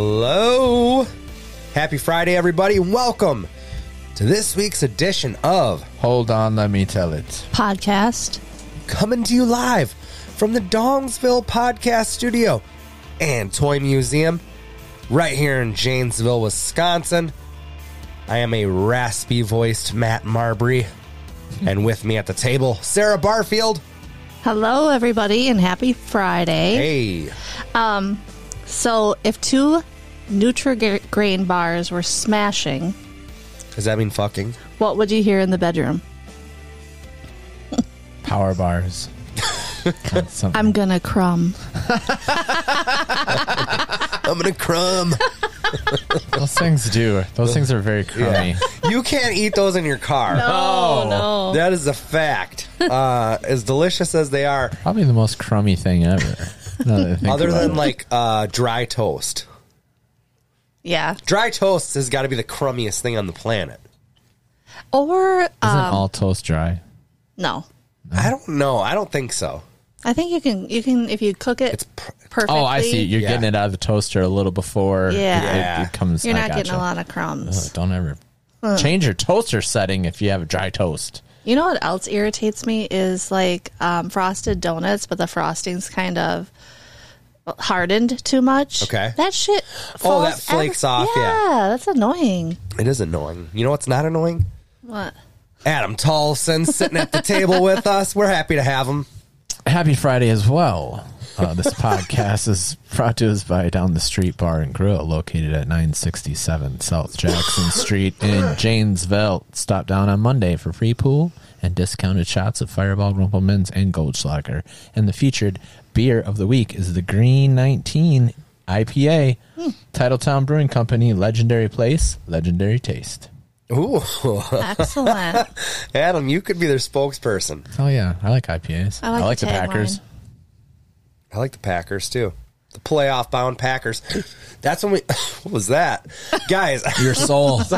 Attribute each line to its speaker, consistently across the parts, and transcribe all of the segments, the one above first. Speaker 1: Hello. Happy Friday, everybody, and welcome to this week's edition of
Speaker 2: Hold on, let me tell it.
Speaker 3: podcast.
Speaker 1: coming to you live from the Dongsville Podcast Studio and Toy Museum right here in Janesville, Wisconsin. I am a raspy voiced Matt Marbury, and with me at the table, Sarah Barfield.
Speaker 3: Hello, everybody, and happy Friday.
Speaker 1: Hey,
Speaker 3: So, if two Nutri-Grain bars were smashing,
Speaker 1: does that mean fucking?
Speaker 3: what would you hear in the bedroom?
Speaker 2: Power bars. That's something.
Speaker 3: I'm gonna crumb.
Speaker 1: I'm gonna crumb.
Speaker 2: Those things do. Those things are very crummy.
Speaker 1: you can't eat those in your car.
Speaker 3: Oh, no.
Speaker 1: That is a fact. Uh, as delicious as they are,
Speaker 2: Probably the most crummy thing ever. now that I think
Speaker 1: other
Speaker 2: about
Speaker 1: than
Speaker 2: it.
Speaker 1: like uh, dry toast.
Speaker 3: yeah.
Speaker 1: Dry toast has got to be the crummiest thing on the planet.
Speaker 3: Or
Speaker 2: isn't
Speaker 3: uh,
Speaker 2: all toast dry?
Speaker 3: no.
Speaker 2: Mm-hmm.
Speaker 1: I don't know. I don't think so.
Speaker 3: I think you can. You can if you cook it
Speaker 1: It's pr-
Speaker 3: perfectly.
Speaker 2: Oh, I see. You're
Speaker 1: Yeah.
Speaker 2: getting it out of the toaster a little before
Speaker 3: Yeah.
Speaker 2: it, it, it comes.
Speaker 3: You're
Speaker 2: I
Speaker 3: not getting
Speaker 2: gotcha.
Speaker 3: a lot of crumbs.
Speaker 1: Uh-huh.
Speaker 2: Ugh, Don't ever change your toaster setting if you have dry toast.
Speaker 3: You know what else irritates me is like um, frosted donuts, but the frosting's kind of hardened too much.
Speaker 1: Okay.
Speaker 3: that shit.
Speaker 1: Oh, that
Speaker 3: falls
Speaker 1: flakes
Speaker 3: ev-
Speaker 1: off, yeah.
Speaker 3: that's annoying.
Speaker 1: It is annoying. You know what's not annoying?
Speaker 3: What?
Speaker 1: Adam Tolson sitting at the table with us. We're happy to have him.
Speaker 2: Happy Friday as well. Uh, this podcast is brought to us by Down the Street Bar and Grill, located at 967 South Jackson Street in Janesville. Stop down on Monday for free pool and discounted shots of Fireball, Rumpelmans, and Goldschlager. And the featured beer of the week is the Green 19 IPA, Titletown Brewing Company, legendary place, legendary taste.
Speaker 1: Ooh,
Speaker 3: Excellent.
Speaker 1: Adam, you could be their spokesperson.
Speaker 2: Oh yeah, I like IPAs.
Speaker 3: I like the tagline.
Speaker 2: Packers.
Speaker 1: I like the Packers too. The playoff bound Packers. That's when we. What was that, guys?
Speaker 2: Your soul.
Speaker 3: it's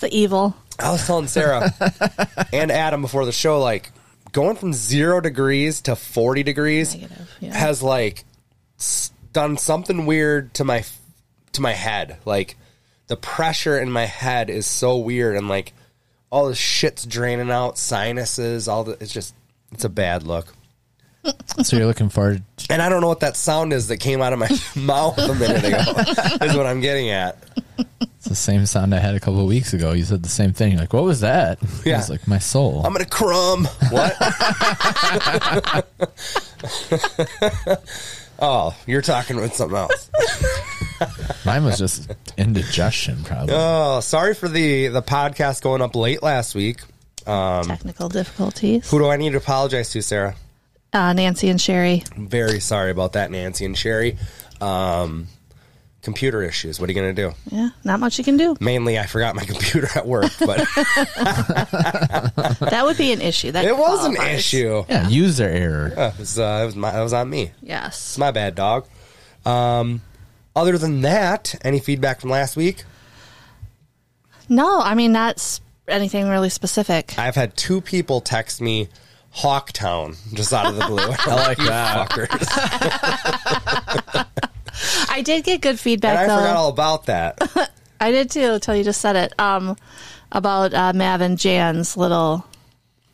Speaker 3: the evil.
Speaker 1: I was telling Sarah and Adam before the show, like going from zero degrees to forty degrees
Speaker 3: Negative, yeah.
Speaker 1: has like s- done something weird to my f- to my head. Like the pressure in my head is so weird, and like all this shit's draining out, sinuses, all the it's just it's a bad look.
Speaker 2: so you're looking forward to
Speaker 1: And I don't know what that sound is that came out of my mouth a minute ago. is what I'm getting at.
Speaker 2: It's the same sound I had a couple of weeks ago. You said the same thing. You're Like, what was that?
Speaker 1: Yeah.
Speaker 2: It was like my soul.
Speaker 1: I'm gonna crumb. What? oh, you're talking with something else.
Speaker 2: Mine was just indigestion, probably.
Speaker 1: Oh, sorry for the the podcast going up late last week. Um,
Speaker 3: Technical difficulties.
Speaker 1: Who do I need to apologize to, Sarah?
Speaker 3: Uh, Nancy and Sherry.
Speaker 1: I'm very sorry about that, Nancy and Sherry. Um, computer issues. What are you gonna do?
Speaker 3: Yeah, not much you can do.
Speaker 1: Mainly, I forgot my computer at work, but
Speaker 3: That would be an issue. That
Speaker 1: it was an
Speaker 3: qualifies.
Speaker 1: issue.
Speaker 2: yeah, user error.
Speaker 1: It was, uh, it was my, it was on me. It's
Speaker 3: Yes.
Speaker 1: my bad, dog. Um, other than that, any feedback from last week?
Speaker 3: No, I mean not s- anything really specific.
Speaker 1: I've had two people text me Hawktown just out of the blue. I like that. Fuckers.
Speaker 3: I did get good
Speaker 1: And
Speaker 3: feedback
Speaker 1: I
Speaker 3: though.
Speaker 1: forgot all about that.
Speaker 3: I did too until you just said it. Um, about uh, Mav and Jan's little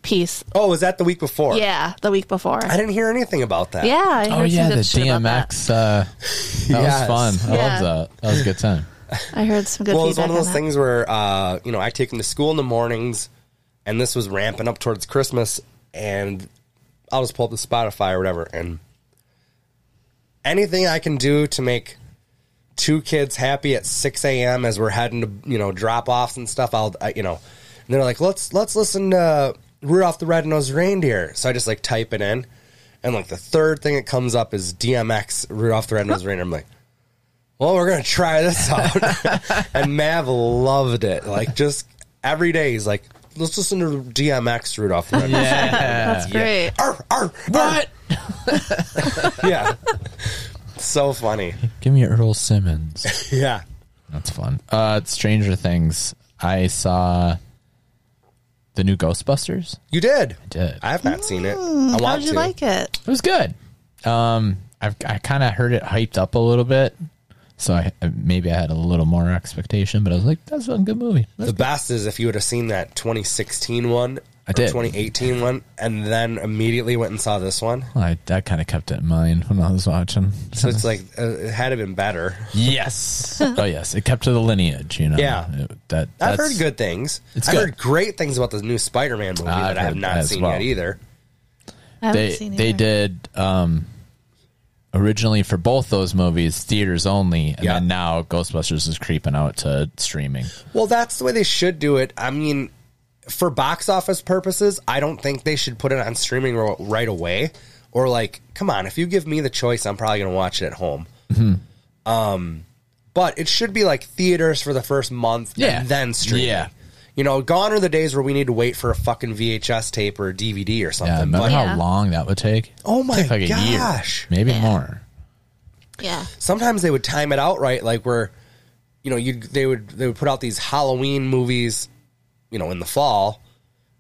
Speaker 3: piece.
Speaker 1: Oh, was that the week before?
Speaker 3: Yeah, the week before.
Speaker 1: I didn't hear anything about that.
Speaker 3: Yeah. I
Speaker 2: Oh
Speaker 3: heard
Speaker 2: yeah,
Speaker 3: some
Speaker 2: the
Speaker 3: good shit about
Speaker 2: DMX. Uh, that
Speaker 1: Yes.
Speaker 2: was fun. I
Speaker 3: Yeah.
Speaker 2: love that. That was a good time.
Speaker 3: that. I heard some good
Speaker 1: Well, it was
Speaker 3: feedback.
Speaker 1: one of those
Speaker 3: on that.
Speaker 1: things where, uh, you know, I take them to school in the mornings, and this was ramping up towards Christmas, and I'll just pull up the Spotify or whatever, and anything I can do to make two kids happy at 6 a.m. as we're heading to, you know, drop offs and stuff, I'll, I, you know, and they're like, let's, let's listen to Rudolph the Red-Nosed Reindeer. So I just like type it in, and like the third thing that comes up is DMX Rudolph the Red-Nosed Reindeer. I'm like, well, we're gonna try this out. and Mav loved it. Like just every day, he's like, let's listen to DMX Rudolph. the Red-Nosed
Speaker 3: That's great.
Speaker 1: Arr, arr, what? yeah. So funny.
Speaker 2: Give me Earl Simmons.
Speaker 1: Yeah.
Speaker 2: That's fun. Uh, Stranger Things. I saw the new Ghostbusters.
Speaker 1: You did. I
Speaker 2: did.
Speaker 1: I have not seen it. I
Speaker 3: How
Speaker 1: want
Speaker 3: did you
Speaker 1: to.
Speaker 3: like it?
Speaker 2: It was good. Um, I've, I kind of heard it hyped up a little bit, So I maybe I had a little more expectation, but I was like, "That's a good movie."
Speaker 1: The best is if you would have seen that 2016 one,
Speaker 2: I did.
Speaker 1: 2018 one, and then immediately went and saw this one.
Speaker 2: I that kind of kept it in mind when I was watching.
Speaker 1: So it's like uh, it had to been better.
Speaker 2: yes, oh yes, it kept to the lineage. You know,
Speaker 1: Yeah.
Speaker 2: It- that
Speaker 1: I've
Speaker 2: that's-
Speaker 1: heard good things.
Speaker 2: It's
Speaker 1: I've
Speaker 2: good.
Speaker 1: heard great things about the new Spider-Man movie
Speaker 2: I've
Speaker 1: that I have
Speaker 2: heard
Speaker 1: not
Speaker 2: as
Speaker 1: seen
Speaker 2: well.
Speaker 1: yet either.
Speaker 3: I haven't
Speaker 2: They
Speaker 3: seen
Speaker 2: they
Speaker 3: either.
Speaker 2: did um, originally for both those movies theaters only, and
Speaker 1: Yeah.
Speaker 2: then now Ghostbusters is creeping out to streaming.
Speaker 1: Well, that's the way they should do it. I mean, for box office purposes, I don't think they should put it on streaming ro- right away. Or like, come on, if you give me the choice, I'm probably going to watch it at home. Um,
Speaker 2: Mm-hmm.
Speaker 1: but it should be like theaters for the first month,
Speaker 2: Yeah.
Speaker 1: and then streaming.
Speaker 2: Yeah.
Speaker 1: You know, gone are the days where we need to wait for a fucking VHS tape or a DVD or
Speaker 2: Yeah,
Speaker 1: something.
Speaker 2: remember
Speaker 1: but,
Speaker 3: Yeah.
Speaker 2: how long that would take?
Speaker 1: oh my
Speaker 2: Take like a
Speaker 1: gosh!
Speaker 2: year, maybe more.
Speaker 3: Yeah.
Speaker 1: sometimes they would time it out right, like where, you know, you they would they would put out these Halloween movies, you know, in the fall,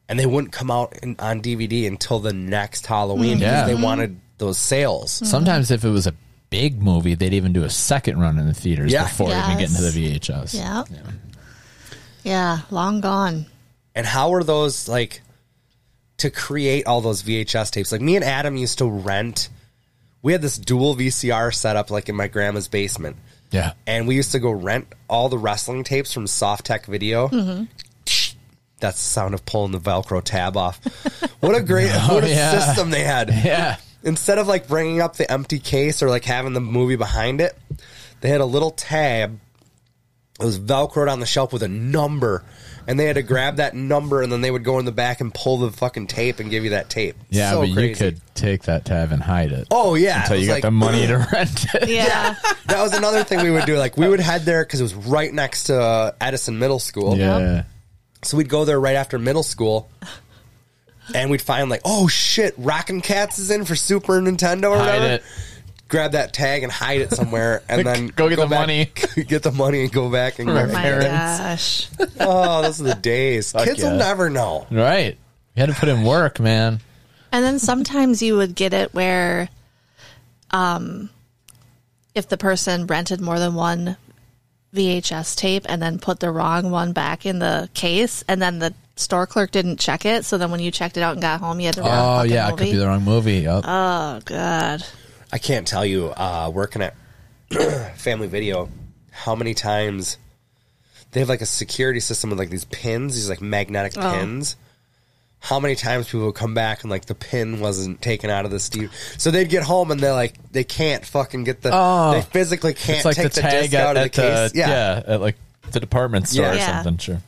Speaker 1: and they wouldn't come out in, on DVD until the next Halloween
Speaker 2: Yeah.
Speaker 1: because they wanted those sales.
Speaker 2: Mm-hmm. Sometimes if it was a big movie, they'd even do a second run in the theaters
Speaker 1: Yeah.
Speaker 2: before even getting to the VHS.
Speaker 3: Yeah. Yeah. Long gone.
Speaker 1: And how are those like to create all those VHS tapes? Like me and Adam used to rent. We had this dual VCR setup, like in my grandma's basement.
Speaker 2: Yeah.
Speaker 1: and we used to go rent all the wrestling tapes from Soft Tech Video.
Speaker 2: Mm-hmm.
Speaker 1: That's the sound of pulling the Velcro tab off. What a great what a
Speaker 2: Oh, yeah.
Speaker 1: system they had.
Speaker 2: Yeah.
Speaker 1: Instead of like bringing up the empty case or like having the movie behind it, they had a little tab. It was Velcroed on the shelf with a number, and they had to grab that number, and then they would go in the back and pull the fucking tape and give you that tape.
Speaker 2: Yeah,
Speaker 1: So
Speaker 2: but you
Speaker 1: crazy.
Speaker 2: could take that tab and hide it.
Speaker 1: Oh yeah,
Speaker 2: until
Speaker 1: It
Speaker 2: you
Speaker 1: was
Speaker 2: got
Speaker 1: like-
Speaker 2: the money to rent it.
Speaker 3: Yeah.
Speaker 1: that was another thing we would do. Like we would head there because it was right next to uh, Edison Middle School.
Speaker 2: Yeah.
Speaker 1: So we'd go there right after middle school, and we'd find like, oh shit, Rockin' Cats is in for Super Nintendo or
Speaker 2: Hide
Speaker 1: whatever.
Speaker 2: it.
Speaker 1: Grab that tag and hide it somewhere, and then
Speaker 2: Go get the
Speaker 1: back-
Speaker 2: money.
Speaker 1: get the money, and go back and
Speaker 3: Oh
Speaker 1: go.
Speaker 3: my
Speaker 2: Parents.
Speaker 3: gosh.
Speaker 1: Oh, those are the days. Kids
Speaker 2: yeah.
Speaker 1: will never know.
Speaker 2: Right. You had to put in work, man.
Speaker 3: And then sometimes you would get it where, um, if the person rented more than one VHS tape and then put the wrong one back in the case, and then the store clerk didn't check it, so then when you checked it out and got home, you had the wrong
Speaker 2: oh
Speaker 3: fucking
Speaker 2: yeah, it
Speaker 3: movie.
Speaker 2: could be the wrong movie. Yep.
Speaker 3: oh god,
Speaker 1: I can't tell you uh, working at Family Video how many times they have like a security system with like these pins, these like magnetic
Speaker 2: Oh.
Speaker 1: pins. How many times people would come back and like the pin wasn't taken out of the Steve, so they'd get home and they're like they can't fucking get the
Speaker 2: Oh.
Speaker 1: they physically can't
Speaker 2: it's like the
Speaker 1: take the,
Speaker 2: tag
Speaker 1: disc
Speaker 2: at,
Speaker 1: out of the
Speaker 2: at the,
Speaker 1: case. yeah.
Speaker 2: yeah, at like the department store or
Speaker 3: Yeah. Yeah.
Speaker 2: something. Sure.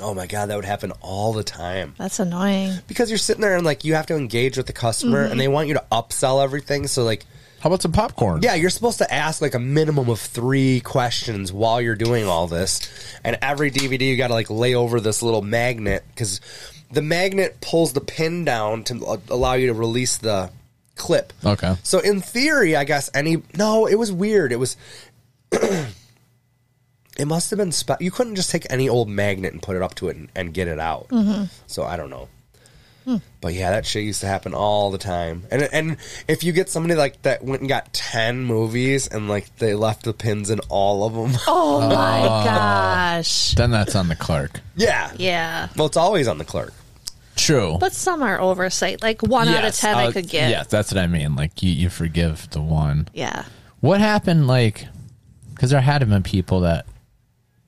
Speaker 1: Oh my god, that would happen all the time
Speaker 3: that's annoying.
Speaker 1: because you're sitting there and like you have to engage with the customer
Speaker 2: Mm-hmm.
Speaker 1: and they want you to upsell everything. So like
Speaker 2: How about some popcorn?
Speaker 1: Yeah, you're supposed to ask like a minimum of three questions while you're doing all this, and every DVD you got to like lay over this little magnet because the magnet pulls the pin down to a- allow you to release the clip.
Speaker 2: Okay.
Speaker 1: So in theory, I guess any no, it was weird. It was. It must have been spe- you couldn't just take any old magnet and put it up to it and, and get it out. So I don't know. But yeah, that shit used to happen all the time. And and if you get somebody like that went and got ten movies and like they left the pins in all of them,
Speaker 3: Oh my
Speaker 2: Ah.
Speaker 3: gosh,
Speaker 2: Then that's on the clerk.
Speaker 1: yeah,
Speaker 3: yeah.
Speaker 1: Well, it's always on the clerk.
Speaker 2: True.
Speaker 3: But some are oversight. Like one out of
Speaker 2: Yes,
Speaker 3: ten, I
Speaker 2: uh,
Speaker 3: could get.
Speaker 2: Yes, that's what I mean. Like you, you forgive the one.
Speaker 3: Yeah.
Speaker 2: What happened? Like, because there had been people that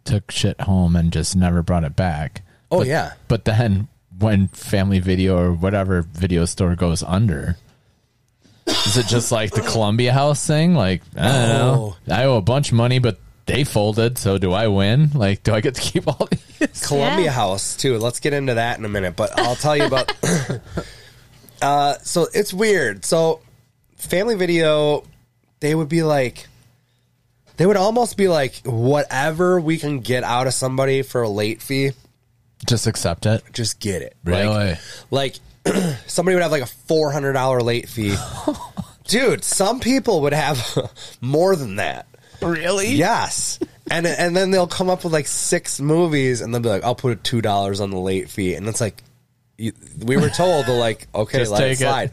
Speaker 2: took shit home and just never brought it back.
Speaker 1: Oh
Speaker 2: But-
Speaker 1: yeah,
Speaker 2: But then when Family Video or whatever video store goes under, is it just like the Columbia House thing? Like, I don't know. I owe a bunch of money, but they folded. So do I win? Like, do I get to keep all these?
Speaker 1: Columbia
Speaker 3: Yeah.
Speaker 1: House too. Let's get into that in a minute, but I'll tell you about. uh, so it's weird. So Family Video, they would be like, they would almost be like, whatever we can get out of somebody for a late fee,
Speaker 2: Just accept it.
Speaker 1: just get it. Like,
Speaker 2: Really?
Speaker 1: like somebody would have like a four hundred dollar late fee. Dude, some people would have more than that.
Speaker 2: really?
Speaker 1: Yes. And and then they'll come up with like six movies and they'll be like, I'll put two dollars on the late fee. And it's like you, we were told to like, okay,
Speaker 2: Just
Speaker 1: let it
Speaker 2: take it.
Speaker 1: slide.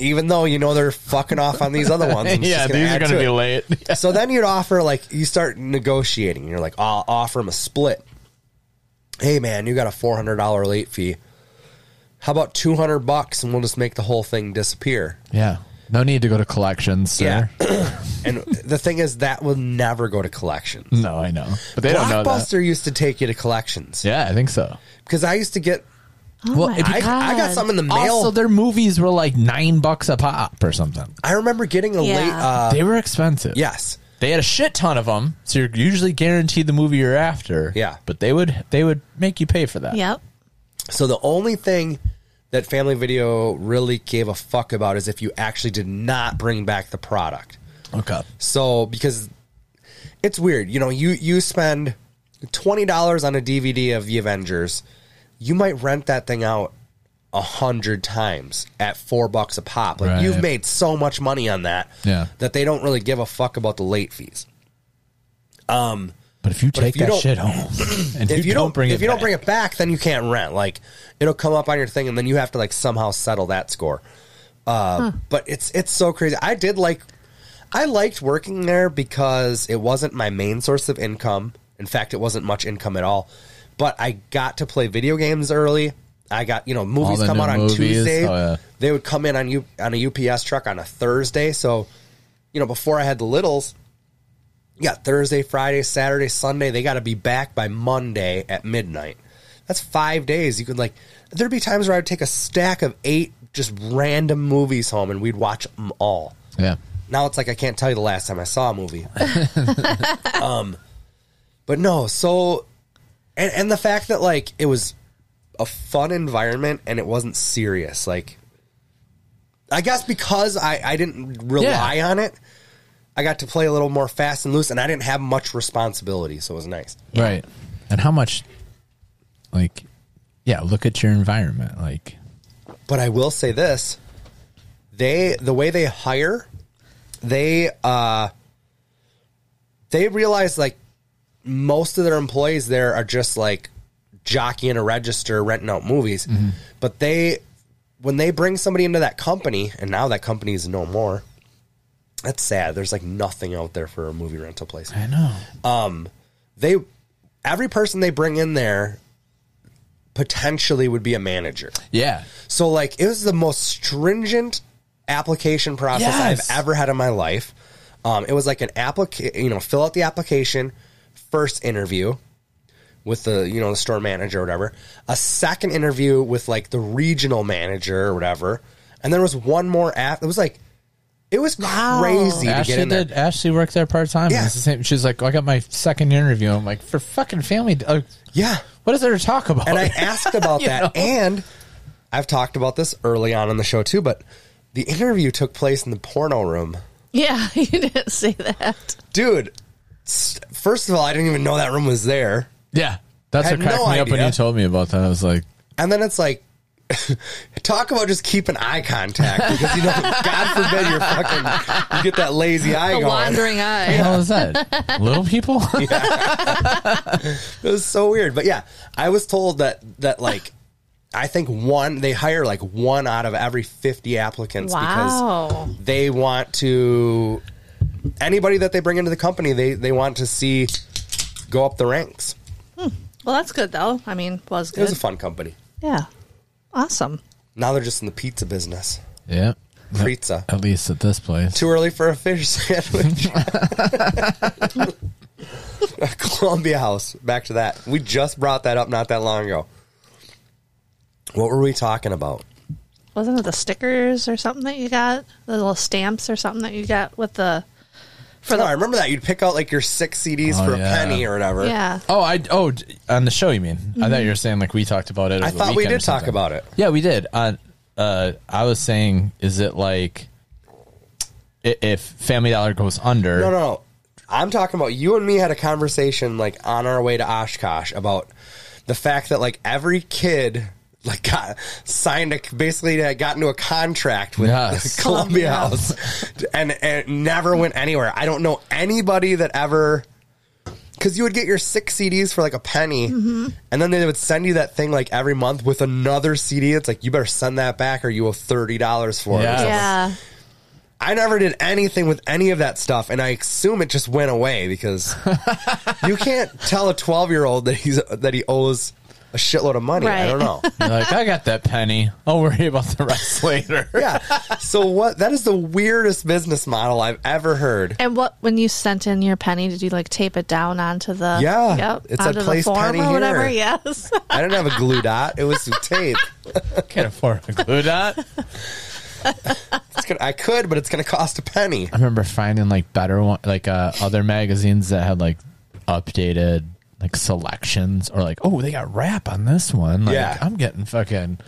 Speaker 1: even though you know they're fucking off on these other ones. and it's
Speaker 2: yeah,
Speaker 1: just
Speaker 2: these are
Speaker 1: add
Speaker 2: going to
Speaker 1: it.
Speaker 2: be late.
Speaker 1: So then you'd offer like you start negotiating. You're like, I'll offer him a split. Hey man, you got a four hundred dollar late fee. How about two hundred bucks, and we'll just make the whole thing disappear.
Speaker 2: Yeah. No need to go to collections, sir.
Speaker 1: and the thing is, that will never go to collections.
Speaker 2: No, I know. But they don't know that.
Speaker 1: Blockbuster used to take you to collections
Speaker 2: Yeah, I think so.
Speaker 1: because I used to get.
Speaker 3: Oh
Speaker 2: Well,
Speaker 3: my
Speaker 2: if
Speaker 1: I, I got
Speaker 3: God.
Speaker 1: something in the mail.
Speaker 2: Also, their movies were like nine bucks a pop or something.
Speaker 1: I remember getting a
Speaker 3: Yeah.
Speaker 1: late. Uh,
Speaker 2: they were expensive.
Speaker 1: yes,
Speaker 2: They had a shit ton of them, so you're usually guaranteed the movie you're after.
Speaker 1: Yeah.
Speaker 2: But they would they would make you pay for that.
Speaker 3: Yep.
Speaker 1: So the only thing that Family Video really gave a fuck about is if you actually did not bring back the product.
Speaker 2: Okay.
Speaker 1: So because it's weird, you know, you you spend twenty dollars on a DVD of the Avengers, you might rent that thing out a hundred times at four bucks a pop. Like
Speaker 2: Right.
Speaker 1: you've made so much money on that
Speaker 2: Yeah.
Speaker 1: that they don't really give a fuck about the late fees.
Speaker 2: But if you
Speaker 1: if
Speaker 2: take
Speaker 1: you
Speaker 2: that
Speaker 1: don't-
Speaker 2: shit home and
Speaker 1: if you, don't,
Speaker 2: bring it
Speaker 1: if you don't
Speaker 2: back-
Speaker 1: bring it back, then you can't rent. Like it'll come up on your thing, and then you have to like somehow settle that score. Uh, But it's it's so crazy. I did like I liked working there because it wasn't my main source of income. In fact, it wasn't much income at all. But I got to play video games early. I got you know movies
Speaker 2: the
Speaker 1: come
Speaker 2: new
Speaker 1: out on
Speaker 2: movies.
Speaker 1: Tuesday.
Speaker 2: Oh, yeah.
Speaker 1: They would come in on you on a UPS truck on a Thursday. So you know before I had the littles, yeah, Thursday, Friday, Saturday, Sunday. They got to be back by Monday at midnight. That's five days. You could like, there'd be times where I'd take a stack of eight just random movies home and we'd watch them all.
Speaker 2: Yeah.
Speaker 1: Now it's like I can't tell you the last time I saw a movie. um, but no, so and and the fact that like it was a fun environment and it wasn't serious. Like, I guess because I I didn't rely on it, I got to play a little more fast and loose, and I didn't have much responsibility, so it was nice.
Speaker 2: Right. And how much like yeah, look at your environment. Like
Speaker 1: But I will say this: they the way they hire, they uh, they realize like most of their employees there are just like jockeying a register, renting out movies. But they when they bring somebody into that company, and now that company is no more. That's sad. There's like nothing out there for a movie rental place.
Speaker 2: I know.
Speaker 1: They every person they bring in there potentially would be a manager.
Speaker 2: Yeah.
Speaker 1: So like it was the most stringent application process
Speaker 2: Yes.
Speaker 1: I've ever had in my life. Um, it was like an applica- you know, fill out the application, first interview with the you know the store manager or whatever, a second interview with like the regional manager or whatever, and there was one more after. It was like it was crazy to
Speaker 2: Ashley
Speaker 1: get in there.
Speaker 2: did Ashley worked there part time.
Speaker 1: Yeah.
Speaker 2: It's the same she's like, I got my second interview. I'm like, for fucking family uh,
Speaker 1: Yeah,
Speaker 2: what is there to talk about?
Speaker 1: and I asked about
Speaker 2: You
Speaker 1: that.
Speaker 2: know?
Speaker 1: And I've talked about this early on in the show too, but the interview took place in the porno room.
Speaker 3: Yeah, you didn't say that.
Speaker 1: dude. s- First of all, I didn't even know that room was there,
Speaker 2: Yeah. That's
Speaker 1: I
Speaker 2: what
Speaker 1: had
Speaker 2: cracked
Speaker 1: no
Speaker 2: me up when
Speaker 1: idea.
Speaker 2: you told me about that. I was like,
Speaker 1: and then it's like, talk about just keeping eye contact because you know, God forbid you're fucking, you get that lazy eye
Speaker 3: The
Speaker 1: going.
Speaker 3: wandering eye.
Speaker 2: How is that? Little people?
Speaker 1: It was so weird, but yeah, I was told that that like, I think one they hire like one out of every fifty applicants
Speaker 3: Wow.
Speaker 1: because they want to anybody that they bring into the company they they want to see go up the ranks.
Speaker 3: Well, that's good though. I mean, was
Speaker 1: It
Speaker 3: good.
Speaker 1: was a fun company.
Speaker 3: yeah. Awesome.
Speaker 1: Now they're just in the pizza business.
Speaker 2: yeah.
Speaker 1: Pizza.
Speaker 2: At least at this place.
Speaker 1: too early for a fish sandwich. Columbia House. Back to that. We just brought that up not that long ago. What were we talking about?
Speaker 3: Wasn't it the stickers or something that you got? The little stamps or something that you got with the for
Speaker 1: No, Oh, I
Speaker 3: the
Speaker 1: remember that you'd pick out like your six CDs
Speaker 2: Oh,
Speaker 1: for a
Speaker 2: yeah.
Speaker 1: penny or whatever.
Speaker 3: yeah.
Speaker 2: Oh, I oh d- on the show you mean? I thought you were saying like we talked about it.
Speaker 1: I
Speaker 2: over the
Speaker 1: thought we
Speaker 2: weekend or
Speaker 1: did talk
Speaker 2: something.
Speaker 1: about it.
Speaker 2: Yeah, we did. On uh, I was saying, is it like i- if Family Dollar goes under?
Speaker 1: No, no, no. I'm talking about you and me had a conversation like on our way to Oshkosh about the fact that like every kid like got signed a basically uh, got into a contract with
Speaker 2: Yes.
Speaker 1: Columbia House and, and it never went anywhere. I don't know anybody that ever because you would get your six CDs for like a penny, and then they would send you that thing like every month with another CD. It's like you better send that back or you owe thirty dollars for it.
Speaker 2: Yeah.
Speaker 3: Yeah.
Speaker 1: I never did anything with any of that stuff, and I assume it just went away because you can't tell a twelve-year-old that he's that he owes a shitload of money. I
Speaker 3: Right.
Speaker 1: don't know.
Speaker 2: You're like, I got that penny. I'll worry about the rest later.
Speaker 1: Yeah. So what? That is the weirdest business model I've ever heard.
Speaker 3: And what when you sent in your penny, did you like tape it down onto the
Speaker 1: Yeah.
Speaker 3: yep,
Speaker 1: It's a
Speaker 3: onto the
Speaker 1: place
Speaker 3: form
Speaker 1: penny
Speaker 3: or whatever?
Speaker 1: here.
Speaker 3: Yes.
Speaker 1: I didn't have a glue dot. It was tape.
Speaker 2: Can't afford a glue dot. I
Speaker 1: It's gonna, I could, but it's going to cost a penny.
Speaker 2: remember finding like better one, like uh, other magazines that had like updated like selections or like, oh, they got rap on this one. Like,
Speaker 1: Yeah.
Speaker 2: I'm getting fucking,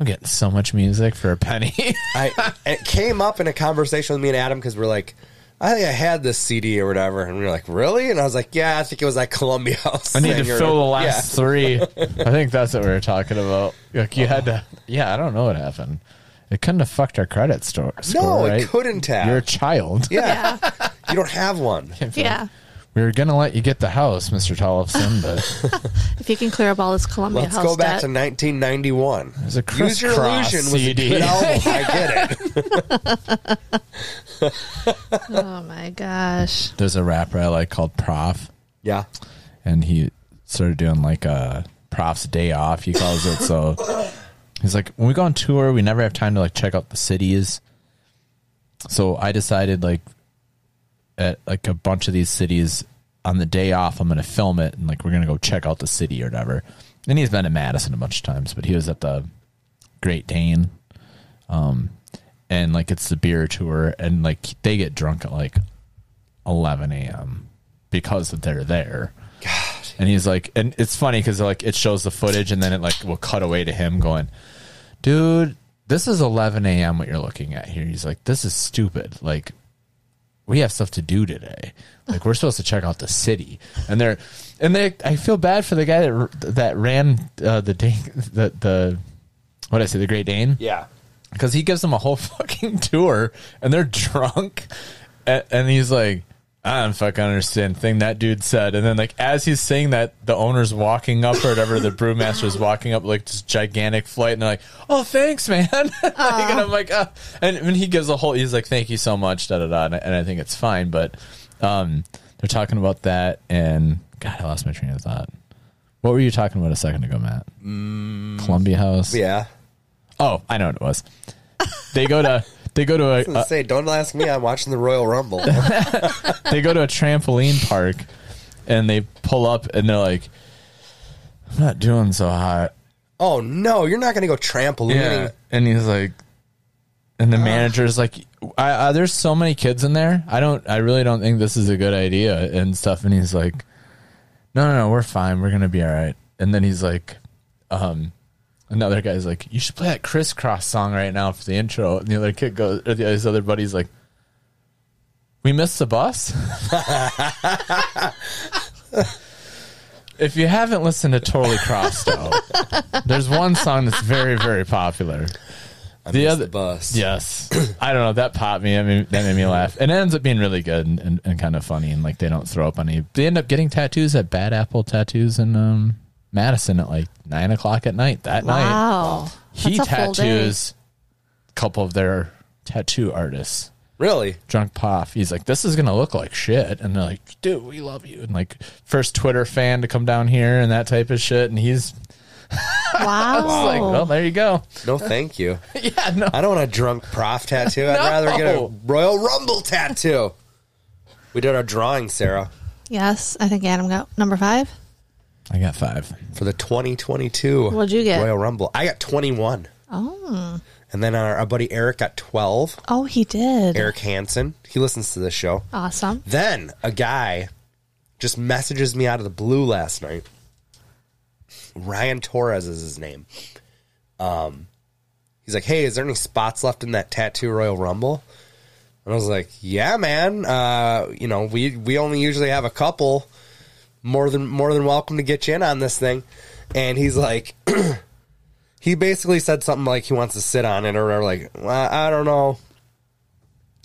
Speaker 2: I'm getting so much music for a penny.
Speaker 1: I and it came up in a conversation with me and Adam because we're like, I think I had this CD or whatever, and we were like, really? And I was like, yeah, I think it was that Columbia House.
Speaker 2: I need to
Speaker 1: thing or-
Speaker 2: fill the last
Speaker 1: Yeah.
Speaker 2: three. I think that's what we were talking about. Like you had to. Yeah, I don't know what happened. It couldn't have fucked our credit store. Score,
Speaker 1: No, it
Speaker 2: right?
Speaker 1: couldn't have.
Speaker 2: You're a child.
Speaker 1: Yeah. you don't have one.
Speaker 3: yeah.
Speaker 2: We were gonna let you get the house, Mister Tollefson, but
Speaker 3: If you can clear up all this Columbia
Speaker 1: Let's
Speaker 3: House
Speaker 1: go back
Speaker 3: debt.
Speaker 1: to 1991.
Speaker 2: There's a
Speaker 1: Use Your
Speaker 2: crisscross
Speaker 1: Illusion was a
Speaker 2: CD.
Speaker 1: good album. I get it.
Speaker 3: oh my gosh.
Speaker 2: there's a rapper I like called Prof,
Speaker 1: Yeah.
Speaker 2: and he started doing like a Prof's Day Off. He calls it so. He's like, when we go on tour, we never have time to like check out the cities. So I decided like at like a bunch of these cities on the day off, I'm gonna film it and like we're gonna go check out the city or whatever. And he's been to Madison a bunch of times, but he was at the Great Dane. Um and like it's the beer tour and like they get drunk at like eleven AM because they're there. And he's like, and it's funny because like it shows the footage, and then it like will cut away to him going, "Dude, this is 11 a.m. What you're looking at here." He's like, "This is stupid. Like, we have stuff to do today. Like, we're supposed to check out the city." And they're, and they, I feel bad for the guy that r- that ran uh, the day, the the what I say, the Great Dane
Speaker 1: Yeah.
Speaker 2: because he gives them a whole fucking tour and they're drunk and, and he's like i don't fucking understand the thing that dude said and then like as he's saying that the owner's walking up or whatever the brewmaster's walking up like this gigantic flight and they're like oh thanks man like, and i'm like oh. and when he gives a whole he's like thank you so much da da da and I, and I think it's fine but um they're talking about that and god i lost my train of thought what were you talking about a second ago matt columbia house
Speaker 1: Yeah.
Speaker 2: Oh, I know what it was. They go to they go to a, uh,
Speaker 1: Let's say, don't ask me. I'm watching the Royal Rumble.
Speaker 2: a they go to a trampoline park, and they pull up and they're like, "I'm not doing so hot."
Speaker 1: oh, no. You're not going to go trampolining.
Speaker 2: and he's like, and the manager's like, I, I, "There's so many kids in there. I don't. I really don't think this is a good idea and stuff." And he's like, "No, no, no. We're fine. We're gonna be all right." And then he's like, um. Another guy's like, "You should play that crisscross song right now for the intro." And the other kid goes, or the, his other buddy's like, "We missed the bus." if you haven't listened to Totally Crossed out, there's one song that's very, very popular. the
Speaker 1: It's
Speaker 2: other,
Speaker 1: the bus.
Speaker 2: yes, I don't know. That popped me. I mean, that made me laugh. And it ends up being really good and, and, and kind of funny. And like, they don't throw up on you. They end up getting tattoos at Bad Apple Tattoos in um, Madison at like nine o'clock at night. That night,
Speaker 3: Wow.
Speaker 2: he
Speaker 3: That's a full day.
Speaker 2: tattoos a couple of their tattoo artists.
Speaker 1: Really?
Speaker 2: Drunk Poff. He's like, this is gonna look like shit, and they're like, dude, we love you, and like first Twitter fan to come down here and that type of shit, and he's
Speaker 3: Wow.
Speaker 2: like, well, there you go.
Speaker 1: No, thank you.
Speaker 2: yeah, no,
Speaker 1: I don't want a drunk prof tattoo. I'd rather get a
Speaker 2: No.
Speaker 1: Royal Rumble tattoo. We did our drawing, Sarah,
Speaker 3: yes, I think Adam got number five.
Speaker 2: I got five.
Speaker 1: for the 2022
Speaker 3: What'd you get?
Speaker 1: Royal Rumble. I got 21.
Speaker 3: Oh.
Speaker 1: And then our, our buddy Eric got 12.
Speaker 3: Oh, he did.
Speaker 1: Eric Hansen. He listens to this show.
Speaker 3: Awesome.
Speaker 1: Then a guy just messages me out of the blue last night. Ryan Torres is his name. Um, he's like, "Hey, is there any spots left in that Tattoo Royal Rumble?" And I was like, "Yeah, man. Uh, you know, we we only usually have a couple. More than more than welcome to get you in on this thing." And he's like, he basically said something like he wants to sit on it or, or like, well, I don't know.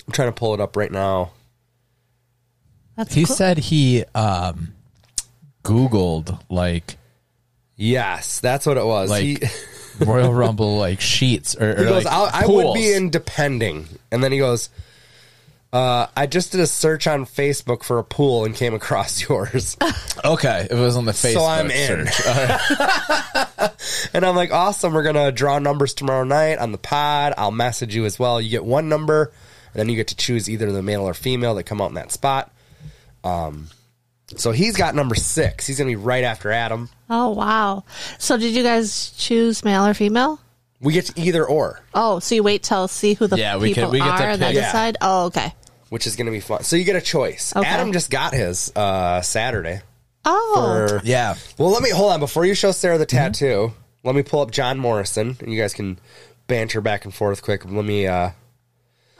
Speaker 1: I'm trying to pull it up right now.
Speaker 3: That's
Speaker 2: He
Speaker 3: cool.
Speaker 2: said he um Googled like
Speaker 1: Yes, that's what it was.
Speaker 2: Like,
Speaker 1: he,
Speaker 2: Royal Rumble like sheets or, or
Speaker 1: he goes,
Speaker 2: like,
Speaker 1: "I'll- I would
Speaker 2: pools."
Speaker 1: be in depending. And then he goes, uh, I just did a search on Facebook for a pool and came across yours.
Speaker 2: Okay, it was on the Facebook.
Speaker 1: so I'm in.
Speaker 2: search.
Speaker 1: and I'm like, awesome. We're gonna draw numbers tomorrow night on the pod. I'll message you as well. You get one number, and then you get to choose either the male or female that come out in that spot. Um, so he's got number six. He's gonna be right after Adam.
Speaker 3: Oh wow! So did you guys choose male or female?
Speaker 1: We get to either or,
Speaker 3: Oh, so you wait till see who the
Speaker 2: Yeah, we
Speaker 3: people
Speaker 2: can- we get to
Speaker 3: are and then
Speaker 2: pick.
Speaker 1: Yeah.
Speaker 3: decide. Oh, okay.
Speaker 1: which is gonna be fun. So you get a choice.
Speaker 3: Okay.
Speaker 1: Adam just got his uh, Saturday.
Speaker 3: Oh, Mm-hmm.
Speaker 1: Or-
Speaker 2: Yeah.
Speaker 1: Well, let me hold on before you show Sarah the tattoo. Let me pull up John Morrison, and you guys can banter back and forth quick. Let me. Uh,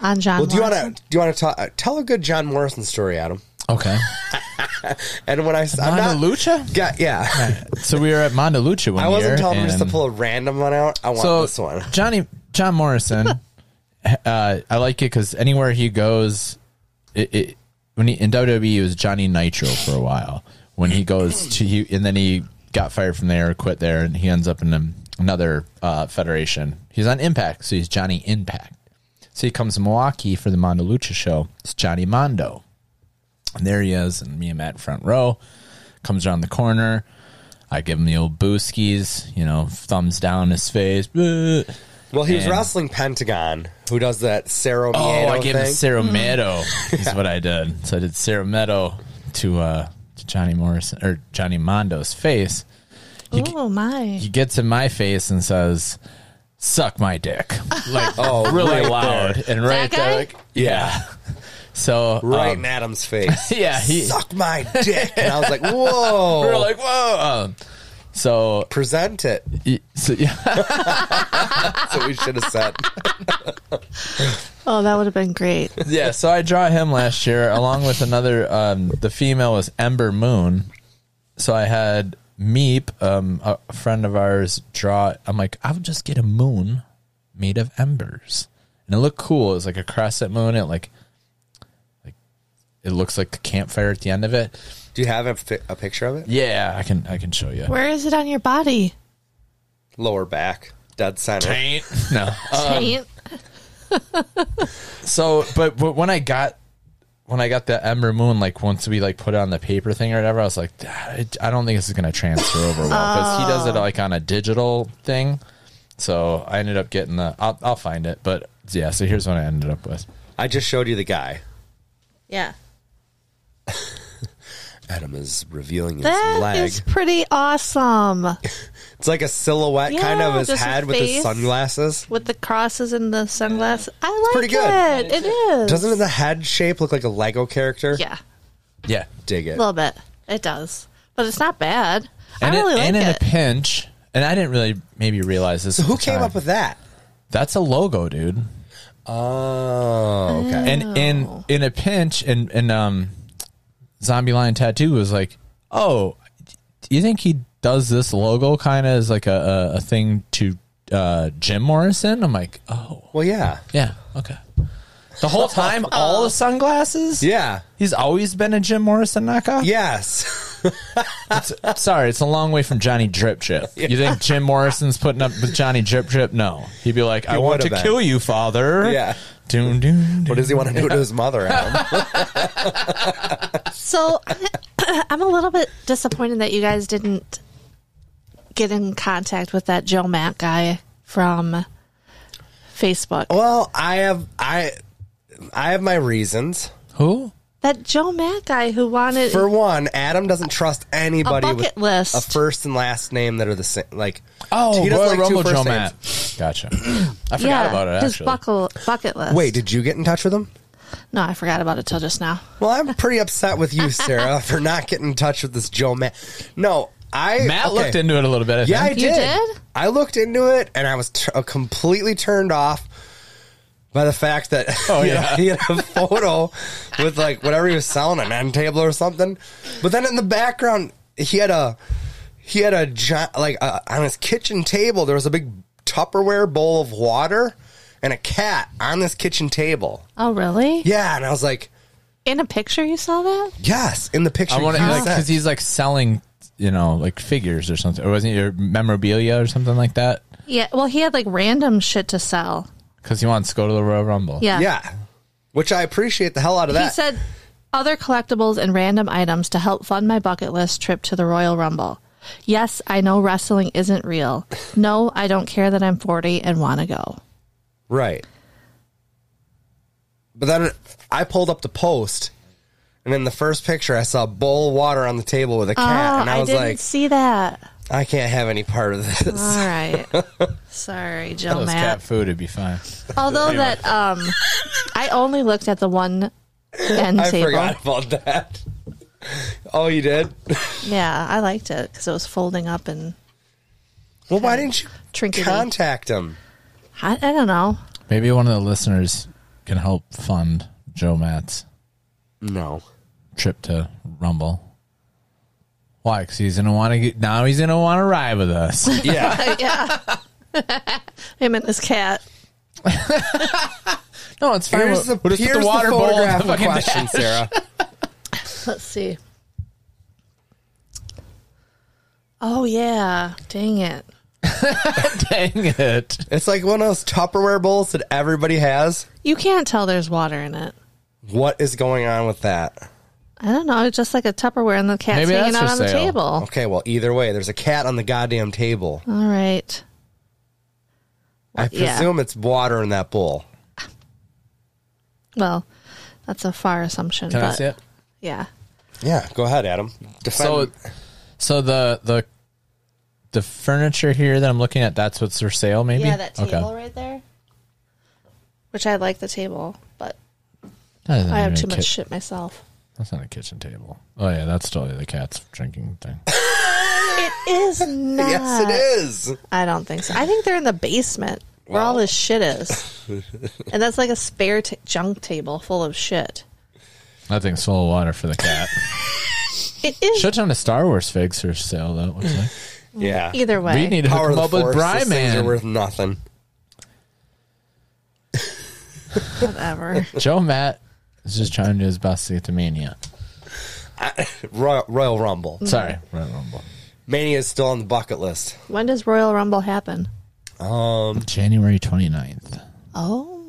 Speaker 3: on John.
Speaker 1: well, do you want
Speaker 3: Morrison?
Speaker 1: to do you want to uh, tell a good John Morrison story, Adam?
Speaker 2: Okay.
Speaker 1: And when I, am not,
Speaker 2: Mondalucha.
Speaker 1: Got yeah.
Speaker 2: So we were at Mondalucha one
Speaker 1: I wasn't
Speaker 2: year,
Speaker 1: telling him
Speaker 2: and
Speaker 1: just to pull a random one out. I want
Speaker 2: so
Speaker 1: this one.
Speaker 2: Johnny John Morrison. uh, I like it because anywhere he goes, it, it when he in WWE it was Johnny Nitro for a while. When he goes to he and then he got fired from there, quit there, and he ends up in an- another uh, federation. He's on Impact, so he's Johnny Impact. So he comes to Milwaukee for the Mondo Lucha show. It's Johnny Mondo. And there he is, and me and Matt in front row. Comes around the corner. I give him the old booskies, you know, thumbs down his face. Boo.
Speaker 1: Well, he was
Speaker 2: and-
Speaker 1: wrestling Pentagon, who does that Sarah
Speaker 2: Oh,
Speaker 1: Miedo
Speaker 2: I gave him
Speaker 1: thing.
Speaker 2: Cerro Meadow. Is what I did. So I did Cerro Meadow to uh, to Johnny Morrison or Johnny Mondo's face.
Speaker 3: Oh my!
Speaker 2: He gets in my face and says, "Suck my dick," like
Speaker 1: Oh,
Speaker 2: really
Speaker 1: right
Speaker 2: loud and right
Speaker 3: guy?
Speaker 2: there. Like, yeah. So
Speaker 1: right
Speaker 2: um,
Speaker 1: in Adam's face.
Speaker 2: yeah, he.
Speaker 1: Suck my dick, and I was like, "Whoa!"
Speaker 2: We were like, whoa. Um, so,
Speaker 1: Present it.
Speaker 2: y- so yeah,
Speaker 1: That's what we should have said.
Speaker 3: Oh, that would have been great.
Speaker 2: yeah. So I draw him last year along with another. Um, the female was Ember Moon. So I had Meep, um, a a friend of ours, draw. I'm like, I'll just get a moon made of embers, and it looked cool. It was like a crescent moon. It like, like, it looks like the campfire at the end of it.
Speaker 1: Do you have a, fi- a picture of it?
Speaker 2: Yeah, I can I can show you.
Speaker 3: Where is it on your body?
Speaker 1: Lower back, dead center.
Speaker 2: Taint. No.
Speaker 3: Taint?
Speaker 2: so but, but when i got when i got the ember moon like once we like put it on the paper thing or whatever i was like "Ah, i don't think this is going to transfer over well because he
Speaker 3: Oh.
Speaker 2: does it like on a digital thing so i ended up getting the I'll, I'll find it but yeah so here's what i ended up with
Speaker 1: I just showed you the guy.
Speaker 3: yeah,
Speaker 1: Adam is revealing his
Speaker 3: that
Speaker 1: leg.
Speaker 3: is pretty awesome
Speaker 1: It's like a silhouette kind
Speaker 3: Yeah,
Speaker 1: of his
Speaker 3: just his
Speaker 1: head with his
Speaker 3: face.
Speaker 1: sunglasses.
Speaker 3: with the crosses and the sunglasses. I like
Speaker 1: pretty good.
Speaker 3: it. It is.
Speaker 1: Doesn't the head shape look like a Lego character?
Speaker 3: Yeah,
Speaker 2: yeah
Speaker 1: Dig it.
Speaker 3: a little bit. It does, but it's not bad.
Speaker 2: and,
Speaker 3: I
Speaker 2: it-
Speaker 3: really
Speaker 2: and in a
Speaker 3: like it.
Speaker 2: pinch and i didn't really maybe realize this
Speaker 1: So who came up with that?
Speaker 2: that's a logo dude
Speaker 1: Oh, okay.
Speaker 2: and in in a pinch and and um zombie lion tattoo was like oh do you think he does this logo kind of as like a, a, a thing to uh jim morrison i'm like
Speaker 3: Mm.
Speaker 2: oh
Speaker 1: Well, yeah,
Speaker 2: yeah okay the whole time all the sunglasses
Speaker 1: yeah,
Speaker 2: he's always been a jim morrison knockoff
Speaker 1: yes.
Speaker 2: It's- sorry it's a long way from johnny drip drip you think jim morrison's putting up with johnny drip drip no he'd be like i want
Speaker 1: would've
Speaker 2: to
Speaker 1: been.
Speaker 2: kill you father
Speaker 1: Yeah.
Speaker 2: doom, doom,
Speaker 1: What does he want to do to his mother? Adam?
Speaker 3: So I'm a little bit disappointed that you guys didn't get in contact with that Joe Matt guy from Facebook.
Speaker 1: well, I have I, I have my reasons.
Speaker 2: who
Speaker 3: That Joe Matt guy who wanted
Speaker 1: For one, Adam doesn't trust anybody
Speaker 3: A
Speaker 1: with
Speaker 3: bucket list.
Speaker 1: a first and last name that are the same. Like,
Speaker 2: Oh,
Speaker 1: he doesn't
Speaker 2: Royal
Speaker 1: like two
Speaker 2: Rumble
Speaker 1: first
Speaker 2: Joe
Speaker 1: names.
Speaker 2: Matt. Gotcha. I forgot
Speaker 3: yeah,
Speaker 2: about it
Speaker 3: his
Speaker 2: actually.
Speaker 3: buckle bucket list.
Speaker 1: Wait, did you get in touch with him?
Speaker 3: no, I forgot about it till just now.
Speaker 1: Well, I'm pretty upset with you, Sarah, for not getting in touch with this Joe Matt. No, I
Speaker 2: Matt
Speaker 1: okay.
Speaker 2: looked into it a little bit. I
Speaker 1: Yeah, I
Speaker 2: think.
Speaker 1: did.
Speaker 3: You did?
Speaker 1: I looked into it and I was t- uh, completely turned off by the fact that you know,
Speaker 2: Oh, yeah.
Speaker 1: he had a photo with like whatever he was selling, an end table or something. But then in the background, he had a he had a gi- like uh, on his kitchen table. There was a big Tupperware bowl of water and a cat on this kitchen table.
Speaker 3: Oh, really?
Speaker 1: Yeah, and I was like,
Speaker 3: In a picture, you saw that?
Speaker 1: yes, in the picture.
Speaker 2: I want to
Speaker 1: you
Speaker 2: like because
Speaker 1: sent.
Speaker 2: he's like selling you know, like figures or something. Or wasn't it your memorabilia or something like that?
Speaker 3: Yeah. Well, he had like random shit to sell.
Speaker 2: Because he wants to go to the Royal Rumble.
Speaker 3: Yeah.
Speaker 1: Yeah. Which I appreciate the hell out of
Speaker 3: He
Speaker 1: that.
Speaker 3: said other collectibles and random items to help fund my bucket list trip to the Royal Rumble. Yes, I know wrestling isn't real. No, I don't care that I'm 40 and want to go.
Speaker 1: right. But then I pulled up the post, and in the first picture, I saw a bowl of water on the table with a cat, and I was
Speaker 3: Ah, didn't
Speaker 1: like,
Speaker 3: see that.
Speaker 1: I can't have any part of this.
Speaker 3: All right. Sorry,
Speaker 2: If it
Speaker 3: Joe
Speaker 2: was
Speaker 3: Matt.
Speaker 2: cat food, it'd be fine.
Speaker 3: Although that um I only looked at the one end
Speaker 1: I
Speaker 3: table.
Speaker 1: forgot about that. Oh, you did?
Speaker 3: Yeah, I liked it because it was folding up and
Speaker 1: Well, why didn't you
Speaker 3: Trinkety.
Speaker 1: contact him?
Speaker 3: I, I don't know.
Speaker 2: Maybe one of the listeners can help fund Joe Matt's
Speaker 1: No.
Speaker 2: trip to Rumble. Why? Because he's gonna want to get now. He's gonna want to ride with us.
Speaker 1: Yeah.
Speaker 3: yeah. Him and his cat.
Speaker 2: No, it's fine.
Speaker 1: Here's the,
Speaker 2: We'll- we'll just put
Speaker 1: here's the,
Speaker 2: bowl in the
Speaker 1: photograph
Speaker 2: fucking
Speaker 1: question,
Speaker 2: dash.
Speaker 1: Sarah.
Speaker 3: Let's see. Oh yeah. Dang it.
Speaker 2: Dang it!
Speaker 1: It's like one of those Tupperware bowls that everybody has.
Speaker 3: You can't tell there's water in it.
Speaker 1: What is going on with that?
Speaker 3: I don't know. It's just like a Tupperware and the cat's
Speaker 2: Maybe
Speaker 3: hanging
Speaker 2: that's
Speaker 3: out
Speaker 2: for
Speaker 3: on the
Speaker 2: sale.
Speaker 3: table.
Speaker 1: Okay, well, either way, there's a cat on the goddamn table.
Speaker 3: All right.
Speaker 1: I
Speaker 3: yeah.
Speaker 1: presume it's water in that bowl.
Speaker 3: Well, that's a far assumption.
Speaker 2: Can
Speaker 3: but
Speaker 2: I see it?
Speaker 3: Yeah.
Speaker 1: Yeah, go ahead, Adam.
Speaker 2: So,
Speaker 1: Defend.
Speaker 2: so the the the furniture here that I'm looking at that's what's for sale. Maybe
Speaker 3: Yeah, that table right there. Which I like the table, but I have too much shit myself.
Speaker 2: That's not a kitchen table. Oh yeah, that's totally the cat's drinking thing.
Speaker 3: It is not.
Speaker 1: yes, it is.
Speaker 3: I don't think so. I think they're in the basement where all this shit is, and that's like a spare t- junk table full of shit.
Speaker 2: that thing's full of water for the cat.
Speaker 3: It is
Speaker 2: Shut down the Star Wars figs for sale though. it looks like.
Speaker 1: Yeah.
Speaker 3: either way.
Speaker 2: We need to
Speaker 1: Power of
Speaker 2: hook 'em
Speaker 1: the
Speaker 2: up with
Speaker 1: force.
Speaker 2: Bry
Speaker 1: those things are
Speaker 2: Man.
Speaker 1: worth nothing.
Speaker 3: whatever.
Speaker 2: Joe Matt is just trying to do his best to get to Mania.
Speaker 3: Mm-hmm.
Speaker 1: Royal, Royal Rumble.
Speaker 3: Mm.
Speaker 2: Sorry, Royal Rumble.
Speaker 1: Mania is still on the bucket list.
Speaker 3: when does Royal Rumble happen?
Speaker 1: Um,
Speaker 2: January 29th.
Speaker 3: Oh,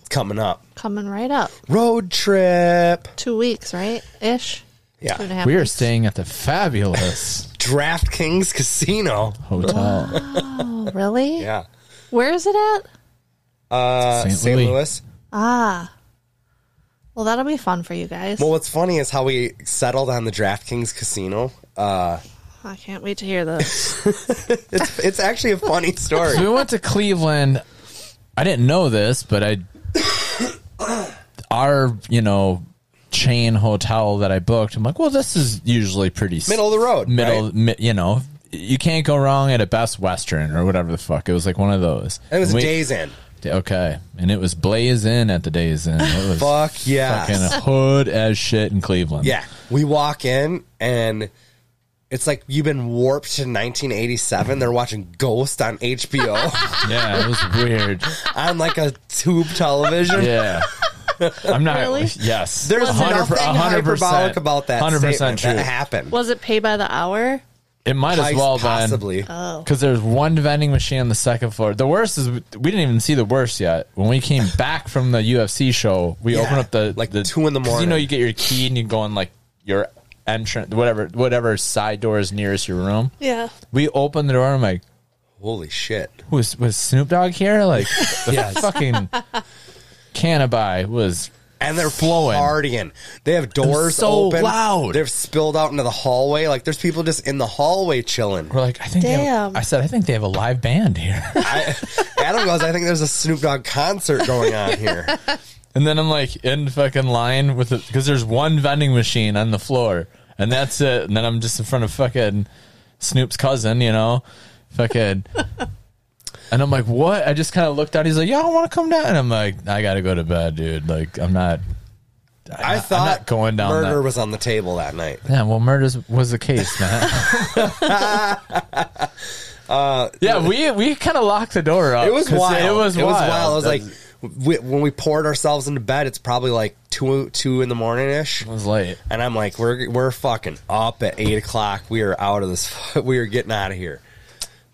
Speaker 1: it's coming up.
Speaker 3: coming right up.
Speaker 1: Road trip.
Speaker 3: Two weeks, right? Ish. Two and a
Speaker 1: Yeah.
Speaker 3: half
Speaker 2: We are
Speaker 3: weeks.
Speaker 2: staying at the fabulous
Speaker 1: DraftKings Casino.
Speaker 2: hotel,
Speaker 3: Oh, really?
Speaker 1: Yeah.
Speaker 3: Where is it at?
Speaker 1: Uh,
Speaker 2: St.
Speaker 1: St.
Speaker 2: Louis.
Speaker 1: Louis.
Speaker 3: Ah. Well, that'll be fun for you guys.
Speaker 1: Well, what's funny is how we settled on the DraftKings Casino. Uh,
Speaker 3: I can't wait to hear this.
Speaker 1: it's it's actually a funny story.
Speaker 2: So we went to Cleveland. I didn't know this, but I our you know chain hotel that I booked. I'm like, well, this is usually pretty s-
Speaker 1: Middle of the road,
Speaker 2: middle,
Speaker 1: right?
Speaker 2: mi- you know. You can't go wrong at a Best Western or whatever the fuck. It was like one of those.
Speaker 1: It was
Speaker 2: And we-
Speaker 1: days in.
Speaker 2: Okay, and it was blaze in at the days in. It was
Speaker 1: Fuck yes.
Speaker 2: fucking hood as shit in Cleveland.
Speaker 1: Yeah. We walk in and it's like you've been warped to 1987. They're watching Ghost on HBO
Speaker 2: yeah, it was weird.
Speaker 1: on like a tube television.
Speaker 2: Yeah. I'm not.
Speaker 3: Really?
Speaker 2: Yes.
Speaker 1: There's
Speaker 2: A hundred per-
Speaker 1: nothing
Speaker 2: a hundred percent-
Speaker 1: hyperbolic about that. 100%
Speaker 2: 100%
Speaker 1: true.
Speaker 2: true.
Speaker 1: That happened.
Speaker 3: Was it pay by the hour?
Speaker 2: It might as
Speaker 1: Like,
Speaker 2: well Uh,
Speaker 1: possibly.
Speaker 3: Oh.
Speaker 2: Because there's one vending machine on the second floor. The worst is we didn't even see the worst yet. When we came back from the UFC show, we
Speaker 1: Yeah,
Speaker 2: opened up the
Speaker 1: like
Speaker 2: the,
Speaker 1: 2 in the
Speaker 2: 'cause You know,
Speaker 1: morning.
Speaker 2: you get your key and you go on like your entrance, whatever, whatever side door is nearest your room.
Speaker 3: Yeah.
Speaker 2: We opened the door. and I'm like,
Speaker 1: Holy shit.
Speaker 2: was was Snoop Dogg here? Like, the fucking cannabis was
Speaker 1: and they're
Speaker 2: Flowing.
Speaker 1: partying. They have doors
Speaker 2: so
Speaker 1: open.
Speaker 2: loud.
Speaker 1: They're spilled out into the hallway. Like there's people just in the hallway chilling.
Speaker 2: We're like, I think. They have,
Speaker 3: Damn.
Speaker 2: I said, I think they have a live band here.
Speaker 1: I, Adam goes, I think there's a Snoop Dogg concert going on here.
Speaker 2: and then I'm like in fucking line with it because there's one vending machine on the floor, and that's it. And then I'm just in front of fucking Snoop's cousin, you know, fucking. And I'm like, what? I just kind of looked out. He's like, y'all want to come down? And I'm like, I gotta go to bed, dude. Like, I'm not.
Speaker 1: I thought
Speaker 2: going down
Speaker 1: murder
Speaker 2: that-
Speaker 1: was on the table that night.
Speaker 2: Yeah, well, murders was the case, man. yeah, we we kind of locked the door up.
Speaker 1: Uh, It was
Speaker 2: 'cause
Speaker 1: wild.
Speaker 2: It was wild.
Speaker 1: I was like, we, when we poured ourselves into bed, it's probably like two two in the morning ish.
Speaker 2: It was late.
Speaker 1: And I'm like, we're we're fucking up at eight o'clock. We are out of this. We are getting out of here.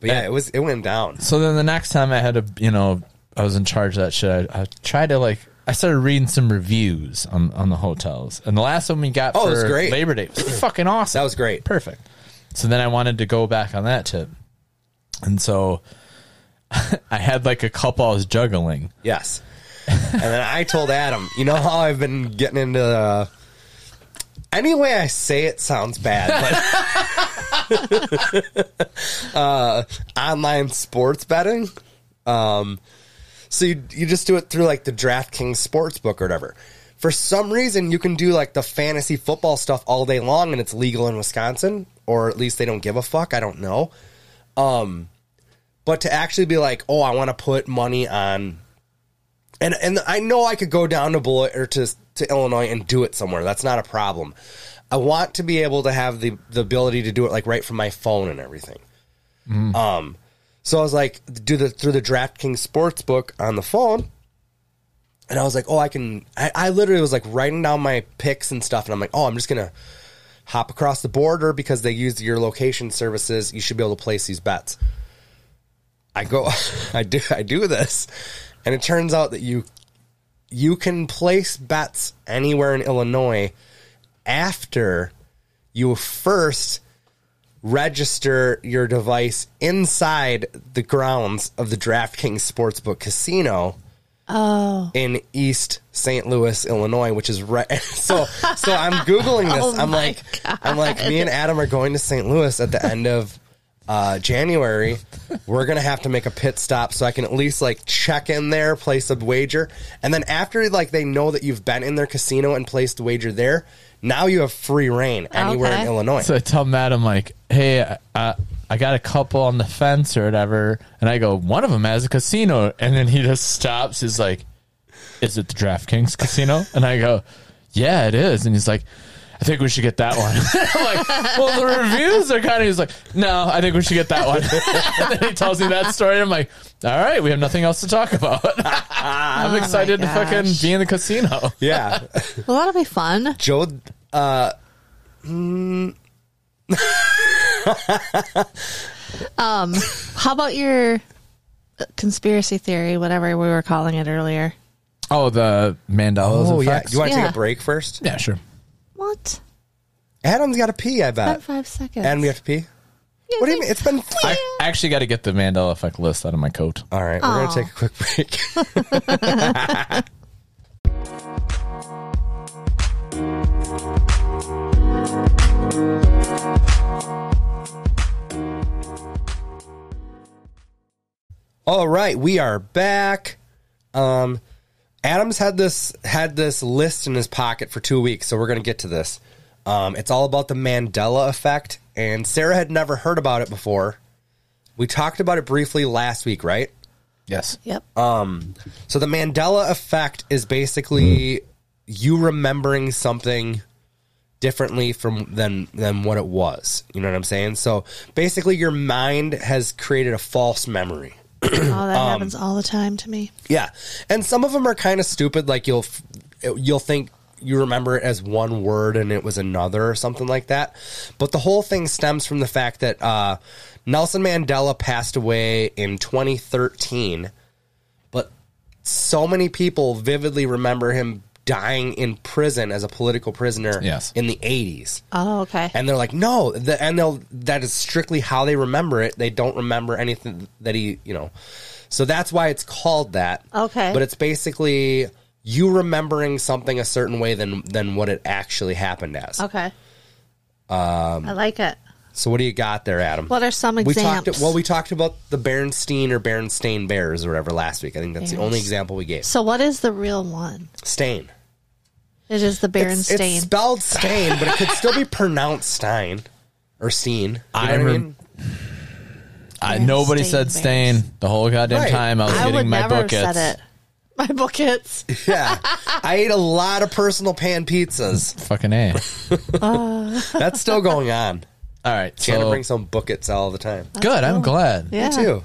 Speaker 1: But yeah, it was it went down.
Speaker 2: So then the next time I had to, you know, I was in charge of that shit. I, I tried to like, I started reading some reviews on on the hotels, and the last one we got
Speaker 1: Oh,
Speaker 2: for
Speaker 1: it was great.
Speaker 2: Labor Day was fucking awesome.
Speaker 1: That was great.
Speaker 2: perfect. So then I wanted to go back on that tip, and so I had like a couple I was juggling.
Speaker 1: Yes. and then I told Adam, you know how I've been getting into. Uh, any way I say it sounds bad, but uh, online sports betting. Um, so you you just do it through like the DraftKings sportsbook or whatever. For some reason, you can do like the fantasy football stuff all day long, and it's legal in Wisconsin, or at least they don't give a fuck. I don't know. Um, but to actually be like, oh, I want to put money on and and I know I could go down to Beloit or to to Illinois and do it somewhere. That's not a problem. I want to be able to have the the ability to do it like right from my phone and everything. Um, so I was like, do the through the DraftKings Sportsbook on the phone, and I was like, oh, I can. I, I literally was like writing down my picks and stuff, and I'm like, oh, I'm just gonna hop across the border because they use your location services. You should be able to place these bets. I go, I do, I do this, and it turns out that you you can place bets anywhere in Illinois after you first register your device inside the grounds of the DraftKings Sportsbook Casino
Speaker 3: Oh,
Speaker 1: in East St. Louis, Illinois, which is right. So, so I'm googling this.
Speaker 3: Oh
Speaker 1: I'm
Speaker 3: my
Speaker 1: like, I'm like, me and Adam are going to St. Louis at the end of uh, January. We're gonna have to make a pit stop so I can at least like check in there, place a wager, and then after like they know that you've been in their casino and placed a wager there, now you have free reign anywhere in
Speaker 3: Okay.
Speaker 1: Illinois.
Speaker 2: So I tell Matt, I'm like, hey, uh, I got a couple on the fence or whatever. And I go, one of them has a casino. And then he just stops. He's like, is it the DraftKings casino? And I go, yeah, it is. And he's like, I think we should get that one. I'm like, well, the reviews are kind of, he's like, no, I think we should get that one. and then he tells me that story. I'm like, all right, we have nothing else to talk about.
Speaker 1: Oh
Speaker 2: I'm excited to
Speaker 3: gosh.
Speaker 2: fucking be in the casino.
Speaker 1: yeah,
Speaker 3: well, that'll be fun.
Speaker 1: Joe. Uh,
Speaker 3: How about your uh, conspiracy theory, whatever we were calling it earlier?
Speaker 2: Oh, the Mandela's
Speaker 1: oh yeah, you want to take
Speaker 3: Yeah.
Speaker 1: a break first?
Speaker 2: yeah, sure.
Speaker 3: What?
Speaker 1: Adam's got to pee. I
Speaker 2: Uh,
Speaker 3: About
Speaker 1: bet.
Speaker 3: five seconds.
Speaker 1: Adam, you have to pee. What do you mean? It's been.
Speaker 2: I actually got to get the Mandela effect list out of my coat.
Speaker 1: All right, we're
Speaker 3: Aw.
Speaker 1: gonna take a quick break. All right, we are back. Um, Adams had this had this list in his pocket for two weeks, so we're going to get to this. Um, it's all about the Mandela effect, and Sarah had never heard about it before. We talked about it briefly last week, right?
Speaker 2: Yes.
Speaker 3: Yep.
Speaker 1: So the Mandela effect is basically you remembering something differently from than than what it was. You know what I'm saying? So basically your mind has created a false memory.
Speaker 3: oh, that happens all the time to me.
Speaker 1: Yeah, and some of them are kind of stupid. Like you'll f- you'll think you remember it as one word and it was another or something like that. But the whole thing stems from the fact that uh, Nelson Mandela passed away in 2013, but so many people vividly remember him dying in prison as a political prisoner
Speaker 2: Yes.
Speaker 1: in the 80s
Speaker 3: Oh, okay.
Speaker 1: and they're like, no, the, and they'll that is strictly how they remember it. They don't remember anything that he, you know, so that's why it's called that.
Speaker 3: Okay.
Speaker 1: but it's basically you remembering something a certain way than than what it actually happened as.
Speaker 3: okay. Um, I like it.
Speaker 1: So what do you got there, Adam?
Speaker 3: What are some
Speaker 1: we
Speaker 3: examples?
Speaker 1: talked well, we talked about the Bernstein or Bernstein Bears or whatever last week. I think that's the only
Speaker 3: Bears.
Speaker 1: example we gave.
Speaker 3: so, what is the real one?
Speaker 1: Stain.
Speaker 3: It is the
Speaker 1: It's-
Speaker 3: Berenstain.
Speaker 1: It's spelled stain, but it could still be pronounced Stein or Steen. You know
Speaker 2: I
Speaker 1: what
Speaker 2: rem-
Speaker 1: mean?
Speaker 2: I,
Speaker 3: Yeah,
Speaker 2: nobody
Speaker 3: stain
Speaker 2: said
Speaker 3: bears.
Speaker 2: stain the whole goddamn
Speaker 1: Right.
Speaker 2: time I was
Speaker 3: I
Speaker 2: getting
Speaker 3: would
Speaker 2: my
Speaker 3: never have
Speaker 2: buckets.
Speaker 3: said it. My buckets.
Speaker 1: Yeah. I ate a lot of personal pan pizzas.
Speaker 2: Fucking A.
Speaker 1: That's still going on.
Speaker 2: All right.
Speaker 1: Shannon
Speaker 2: So,
Speaker 1: brings home buckets all the time.
Speaker 2: good. I'm glad.
Speaker 3: Yeah.
Speaker 1: Me too.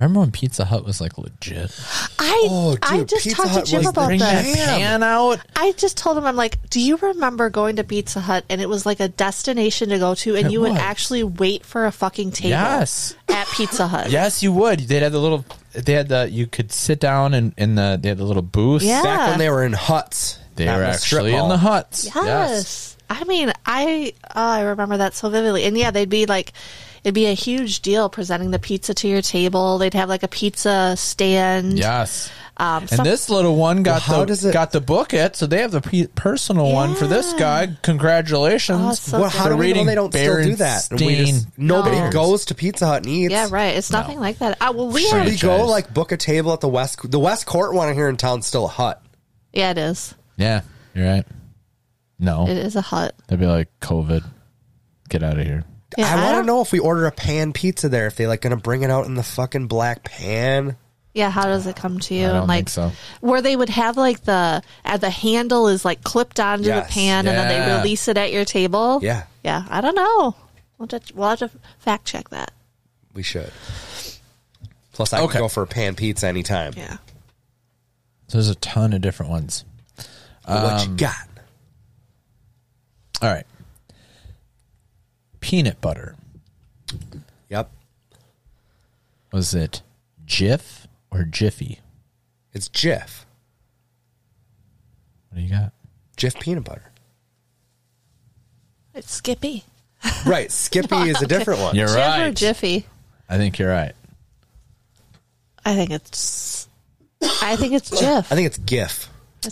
Speaker 2: Remember when Pizza Hut was like legit?
Speaker 3: I
Speaker 1: Oh,
Speaker 3: I
Speaker 1: dude,
Speaker 3: just
Speaker 1: Pizza
Speaker 3: talked
Speaker 1: Hut
Speaker 3: to Jim
Speaker 1: was
Speaker 3: about
Speaker 2: Bring that
Speaker 3: this.
Speaker 1: Damn.
Speaker 2: pan out.
Speaker 3: I just told him I'm like, do you remember going to Pizza Hut and it was like a destination to go to, and
Speaker 2: It
Speaker 3: you would
Speaker 2: was.
Speaker 3: actually wait for a fucking table
Speaker 2: Yes.
Speaker 3: at Pizza Hut.
Speaker 2: Yes, you would. They had the little. They had the. You could sit down and in the. They had the little booth.
Speaker 3: Yeah.
Speaker 1: Back when they were in huts.
Speaker 2: They
Speaker 1: not
Speaker 2: were
Speaker 1: in a strip
Speaker 2: actually in
Speaker 1: mall.
Speaker 2: the huts.
Speaker 3: Yes. I mean, I oh, I remember that so vividly. And yeah, they'd be like it'd be a huge deal presenting the pizza to your table. They'd have like a pizza stand.
Speaker 2: Yes.
Speaker 3: Um,
Speaker 2: And
Speaker 3: some-
Speaker 2: this little one got
Speaker 1: Well, how
Speaker 2: the
Speaker 1: does it-
Speaker 2: got the book it, so they have the pe- personal one for this
Speaker 3: Yeah.
Speaker 2: guy. Congratulations!
Speaker 3: Oh, it's so
Speaker 1: Well, how
Speaker 2: For
Speaker 1: do we know
Speaker 2: reading
Speaker 1: they don't still do that? And we just-
Speaker 2: Berenstain
Speaker 1: nobody
Speaker 3: Bears.
Speaker 1: goes to Pizza Hut and eats.
Speaker 3: yeah, right. It's nothing like that. Uh, well, we
Speaker 2: Sure.
Speaker 3: had,
Speaker 1: We go
Speaker 2: Franchise.
Speaker 1: like book a table at the West the West Court one here in town still a hut.
Speaker 3: yeah, it is.
Speaker 2: Yeah, you're right. No,
Speaker 3: It is a hut.
Speaker 2: they'd be like COVID. Get out of here.
Speaker 3: Yeah,
Speaker 1: I
Speaker 3: I
Speaker 1: want to
Speaker 3: don't-
Speaker 1: know if we order a pan pizza there if they like going to bring it out in the fucking black pan.
Speaker 3: Yeah, how does it come to you?
Speaker 2: I don't
Speaker 3: and like
Speaker 2: think so.
Speaker 3: where they would have like the uh, the handle is like clipped onto
Speaker 1: Yes.
Speaker 3: the pan, and then they
Speaker 2: Yeah.
Speaker 3: release it at your table.
Speaker 1: Yeah,
Speaker 3: yeah. I don't know. We'll have to, we'll have to fact check that.
Speaker 1: we should. Plus, I
Speaker 2: Okay.
Speaker 1: can go for a pan pizza anytime.
Speaker 3: Yeah.
Speaker 2: So there's a ton of different ones.
Speaker 1: what
Speaker 2: Um,
Speaker 1: you got?
Speaker 2: All right, peanut butter.
Speaker 1: Yep,
Speaker 2: Was it Jif or Jiffy?
Speaker 1: it's Jif.
Speaker 2: What do you got?
Speaker 1: Jif peanut butter.
Speaker 3: It's Skippy.
Speaker 1: Right, Skippy is a different one.
Speaker 2: You're
Speaker 3: Jif or
Speaker 2: right.
Speaker 3: Jiffy?
Speaker 2: I think you're right.
Speaker 3: I think it's. I think it's Jif.
Speaker 1: I think it's GIF.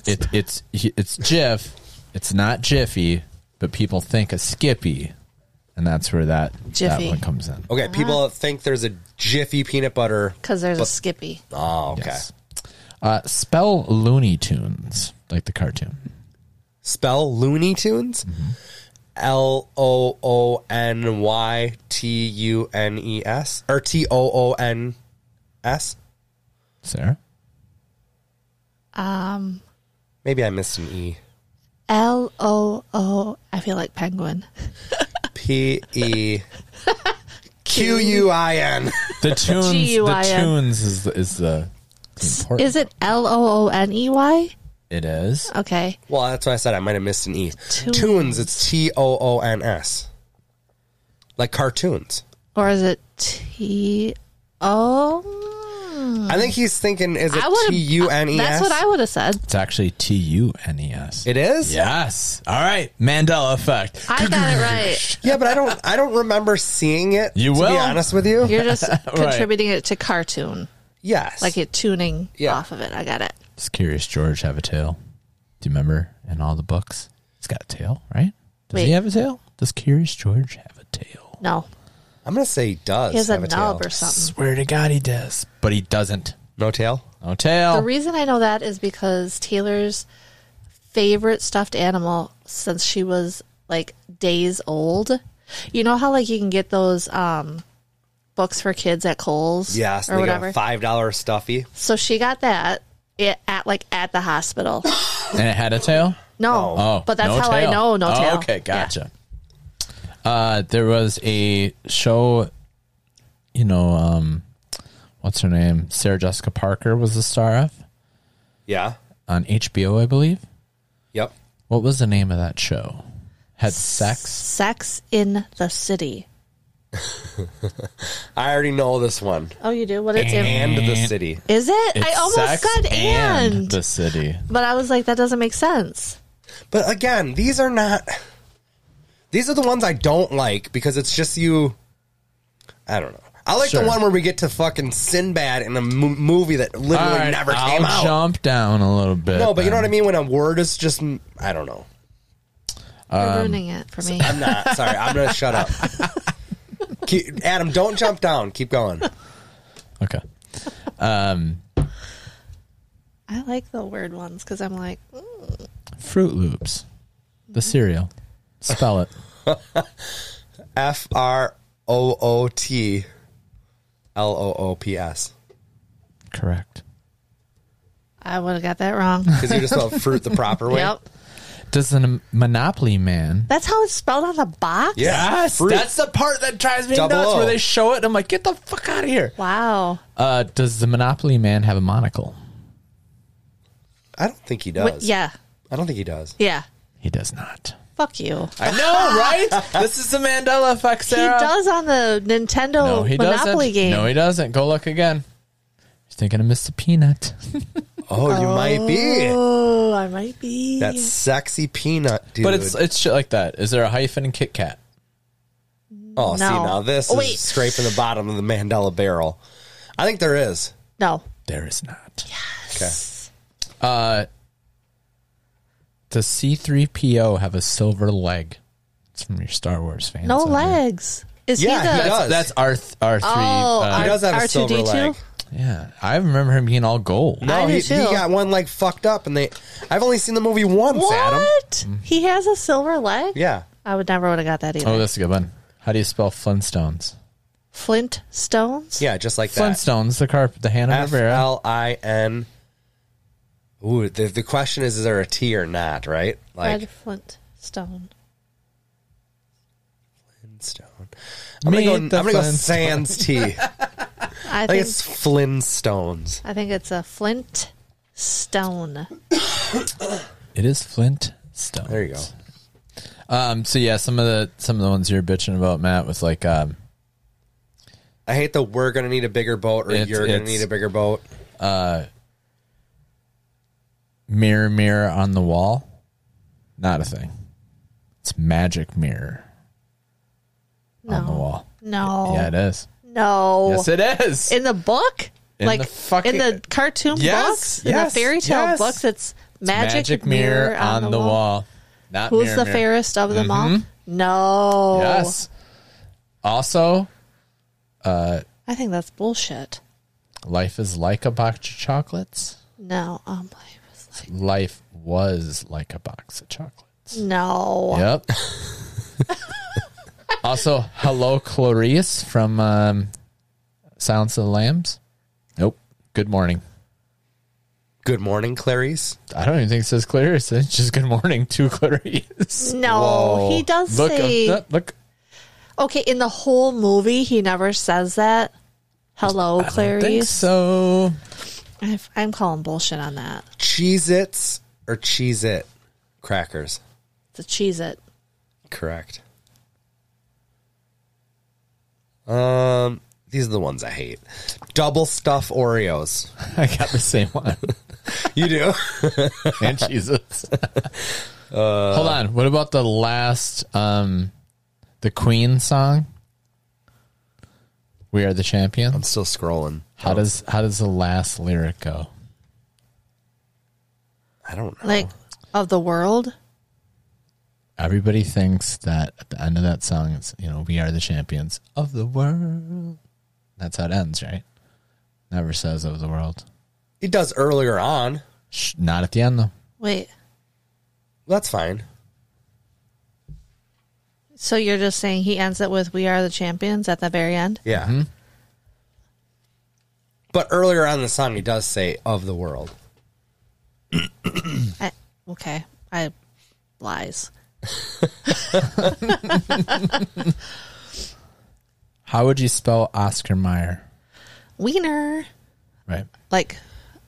Speaker 2: It, it's it's Jif. It's not Jiffy, but people think of Skippy, and that's where that that
Speaker 3: Jiffy.
Speaker 2: one comes in.
Speaker 1: Okay, people think there's a Jiffy peanut butter.
Speaker 3: because there's a Skippy.
Speaker 1: Oh, okay.
Speaker 2: Yes. Uh, spell Looney Tunes like the cartoon.
Speaker 1: Spell Looney Tunes.
Speaker 2: Mm-hmm.
Speaker 1: L O O N Y T U N E S or T O O N S.
Speaker 2: Sarah,
Speaker 1: Maybe I missed an E.
Speaker 3: L O O. I feel like penguin.
Speaker 1: P E Q U I N.
Speaker 2: the tunes. the
Speaker 3: G-U-I-N.
Speaker 2: tunes is the, is the, the important.
Speaker 3: Is it L O O N E Y?
Speaker 2: It is.
Speaker 3: Okay.
Speaker 1: Well, that's why I said I might have missed an E.
Speaker 3: Tunes.
Speaker 1: Tunes, it's T O O N S. Like cartoons.
Speaker 3: Or is it T O?
Speaker 1: I think he's thinking is it
Speaker 3: I would've-
Speaker 1: T U N E S?
Speaker 3: That's what I would have said.
Speaker 2: It's actually T U N E S.
Speaker 1: It is?
Speaker 2: Yes. All right. Mandela effect.
Speaker 3: I got it right.
Speaker 1: Yeah, but I don't I don't remember seeing it. to
Speaker 2: You
Speaker 1: be
Speaker 2: will.
Speaker 1: honest with you.
Speaker 3: You're just contributing it to cartoon,
Speaker 1: Yes.
Speaker 3: like it tuning
Speaker 1: Yeah.
Speaker 3: off of it. I got it.
Speaker 2: Does Curious George have a tail? Do you remember in all the books? He's got a tail, right? Does
Speaker 3: Wait.
Speaker 2: he have a tail? Does Curious George have a tail?
Speaker 3: No,
Speaker 1: I'm gonna say he does.
Speaker 3: he has a
Speaker 1: have a tail.
Speaker 3: nub or something.
Speaker 2: Swear to God he does. But he doesn't.
Speaker 1: No tail?
Speaker 2: No
Speaker 1: Oh.
Speaker 2: tail.
Speaker 3: The reason I know that is because Taylor's favorite stuffed animal since she was like days old. You know how like you can get those um books for kids at Kohl's
Speaker 1: Yes,
Speaker 3: or
Speaker 1: they got
Speaker 3: whatever.
Speaker 1: a five dollar stuffy.
Speaker 3: so she got that it, at like at the hospital.
Speaker 2: and it had a tail?
Speaker 3: No.
Speaker 2: Oh.
Speaker 3: but that's
Speaker 2: no
Speaker 3: how
Speaker 2: tail.
Speaker 3: I know no
Speaker 2: Oh,
Speaker 3: tail.
Speaker 2: Okay,
Speaker 3: Yeah.
Speaker 2: gotcha. Uh there was a show, you know, um what's her name? Sarah Jessica Parker was the star of
Speaker 1: Yeah.
Speaker 2: on HBO, I believe.
Speaker 1: Yep.
Speaker 2: What was the name of that show? Had sex?
Speaker 3: Sex in the City.
Speaker 1: I already know this one.
Speaker 3: Oh, you do? What it's in?
Speaker 1: And the city.
Speaker 3: Is it? I
Speaker 2: It's
Speaker 3: almost
Speaker 2: sex
Speaker 3: said and,
Speaker 2: the city.
Speaker 3: but I was like, that doesn't make sense.
Speaker 1: But again, these are not these are the ones I don't like because it's just you I don't know. I like
Speaker 2: Sure.
Speaker 1: the one where we get to fucking Sinbad in a mo- movie that literally
Speaker 2: All right,
Speaker 1: never
Speaker 2: I'll
Speaker 1: came out.
Speaker 2: jump down a little bit.
Speaker 1: No, but you know what I
Speaker 2: then.
Speaker 1: mean when a word is just I don't know.
Speaker 2: Um,
Speaker 3: You're ruining it for me.
Speaker 1: I'm not. Sorry. I'm going to shut up. Keep, Adam, don't jump down. Keep going.
Speaker 2: Okay.
Speaker 3: I like the weird ones because I'm like,
Speaker 2: Fruit Loops, the
Speaker 3: Mm-hmm.
Speaker 2: cereal. Spell it.
Speaker 1: F R O O T L O O P S.
Speaker 2: Correct.
Speaker 3: I would have got that wrong.
Speaker 1: Because you just spelled fruit the proper way.
Speaker 3: yep.
Speaker 2: Does a Monopoly man?
Speaker 3: That's how it's spelled on the box?
Speaker 2: Yes,
Speaker 1: Fruit.
Speaker 2: that's the part that drives me
Speaker 1: Double
Speaker 2: nuts.
Speaker 1: O.
Speaker 2: Where they show it, and I'm like, get the fuck out of here.
Speaker 3: Wow.
Speaker 2: Uh, does the Monopoly man have a monocle?
Speaker 1: I don't think he
Speaker 3: Wait,
Speaker 1: does.
Speaker 3: yeah.
Speaker 1: I don't think he does.
Speaker 3: Yeah.
Speaker 2: He does not.
Speaker 3: Fuck you.
Speaker 2: I know, right? this is the Mandela effect, Sarah.
Speaker 3: He does on the Nintendo
Speaker 2: No, he
Speaker 3: Monopoly
Speaker 2: doesn't.
Speaker 3: game.
Speaker 2: No, he doesn't. Go look again. He's thinking of Mr. Peanut.
Speaker 1: Oh, you might be.
Speaker 3: oh, I might be.
Speaker 1: That sexy peanut, dude.
Speaker 2: But it's it's shit like that. Is there a hyphen in Kit Kat?
Speaker 1: oh, see,
Speaker 3: No.
Speaker 1: now this
Speaker 3: Oh,
Speaker 1: is
Speaker 3: wait.
Speaker 1: scraping the bottom of the Mandela barrel. I think there is.
Speaker 3: no.
Speaker 2: There is not.
Speaker 1: Okay.
Speaker 2: Uh, Does C3PO have a silver leg? It's from your Star Wars fans.
Speaker 3: No
Speaker 2: out there.
Speaker 3: legs. Is
Speaker 1: Yeah,
Speaker 3: he the
Speaker 1: he does.
Speaker 2: That's, that's R th- R3.
Speaker 3: Oh,
Speaker 2: uh,
Speaker 1: He does have a
Speaker 3: R2D2?
Speaker 1: silver leg.
Speaker 2: yeah. I remember him being all gold.
Speaker 1: No,
Speaker 3: I do
Speaker 1: he, he
Speaker 3: too.
Speaker 1: got one leg fucked up, and they. I've only seen the movie once, Adam.
Speaker 3: What? He has a silver leg?
Speaker 1: Mm-hmm. Yeah.
Speaker 3: I would never would have got that either.
Speaker 2: Oh, that's a good one. How do you spell Flintstones?
Speaker 3: Flint stones?
Speaker 1: Yeah, just like that.
Speaker 2: Flintstones, the carp, the Hanna
Speaker 1: F
Speaker 2: Barbera.
Speaker 1: L I N. Ooh, the, the question is, is there a T or not, right?
Speaker 3: Red
Speaker 1: Like,
Speaker 3: flint stone.
Speaker 1: Flintstone. I'm going to go, I'm
Speaker 2: Meet the
Speaker 1: gonna go
Speaker 2: Flintstones.
Speaker 1: Sans T. I think
Speaker 3: I think
Speaker 1: it's Flintstones.
Speaker 3: I think it's a flint stone.
Speaker 2: It is Flintstones.
Speaker 1: There you go.
Speaker 2: Um, so yeah, some of the some of the ones you're bitching about, Matt, was like um,
Speaker 1: I hate the we're going to need a bigger boat or
Speaker 2: It's-
Speaker 1: you're going to
Speaker 2: it's-
Speaker 1: need a bigger boat.
Speaker 2: mirror, mirror on the wall. Not a thing. It's magic mirror on the
Speaker 3: No. Oh.
Speaker 2: wall.
Speaker 3: No.
Speaker 2: Yeah, it is.
Speaker 3: No.
Speaker 2: Yes, it is.
Speaker 3: in the book?
Speaker 2: In
Speaker 3: like
Speaker 2: the fucking-
Speaker 3: in the cartoon
Speaker 2: Yes,
Speaker 3: books? in the
Speaker 2: yes,
Speaker 3: fairy tale
Speaker 2: yes.
Speaker 3: books, it's magic,
Speaker 2: magic mirror, on, the wall. Not
Speaker 3: Who's
Speaker 2: mirror,
Speaker 3: the
Speaker 2: mirror.
Speaker 3: fairest of them all? No.
Speaker 2: Yes. Also,
Speaker 3: I think that's bullshit.
Speaker 2: life is like a box of chocolates.
Speaker 3: No. Um, I was like,
Speaker 2: Life was like a box of chocolates.
Speaker 3: no.
Speaker 2: Yep. also, hello, Clarice from um, Silence of the Lambs. Nope. Good morning.
Speaker 1: Good morning, Clarice.
Speaker 2: I don't even think it says Clarice. It's just good morning to Clarice.
Speaker 3: No. He does
Speaker 2: look,
Speaker 3: say.
Speaker 2: uh, look.
Speaker 3: okay, in the whole movie, he never says that. Hello,
Speaker 2: I don't think
Speaker 3: Clarice.
Speaker 2: so.
Speaker 3: I've- I'm calling bullshit on that.
Speaker 1: Cheez Its or Cheez It crackers.
Speaker 3: To cheese it.
Speaker 1: Correct. Um, these are the ones I hate. Double stuff Oreos.
Speaker 2: I got the same one.
Speaker 1: You do?
Speaker 2: and Jesus. Uh, Hold on. What about the last, um, the Queen song? We are the
Speaker 1: I'm
Speaker 2: champions.
Speaker 1: still scrolling.
Speaker 2: How does how does the last lyric go?
Speaker 1: I don't
Speaker 2: Oh.
Speaker 1: know.
Speaker 3: Like, of the world?
Speaker 2: Everybody thinks that at the end of that song, it's you know we are the champions of the world. That's how it ends, right? Never says of the world.
Speaker 1: He does earlier on.
Speaker 2: Shh, not at the end though.
Speaker 3: Wait.
Speaker 1: That's fine.
Speaker 3: So you're just saying he ends it with "We are the champions" at the very end?
Speaker 1: Yeah.
Speaker 2: Mm-hmm.
Speaker 1: But earlier on in the song, he does say "of the world."
Speaker 3: I, okay, I lies.
Speaker 2: How would you spell Oscar Meyer?
Speaker 3: Wiener,
Speaker 2: Right.
Speaker 3: like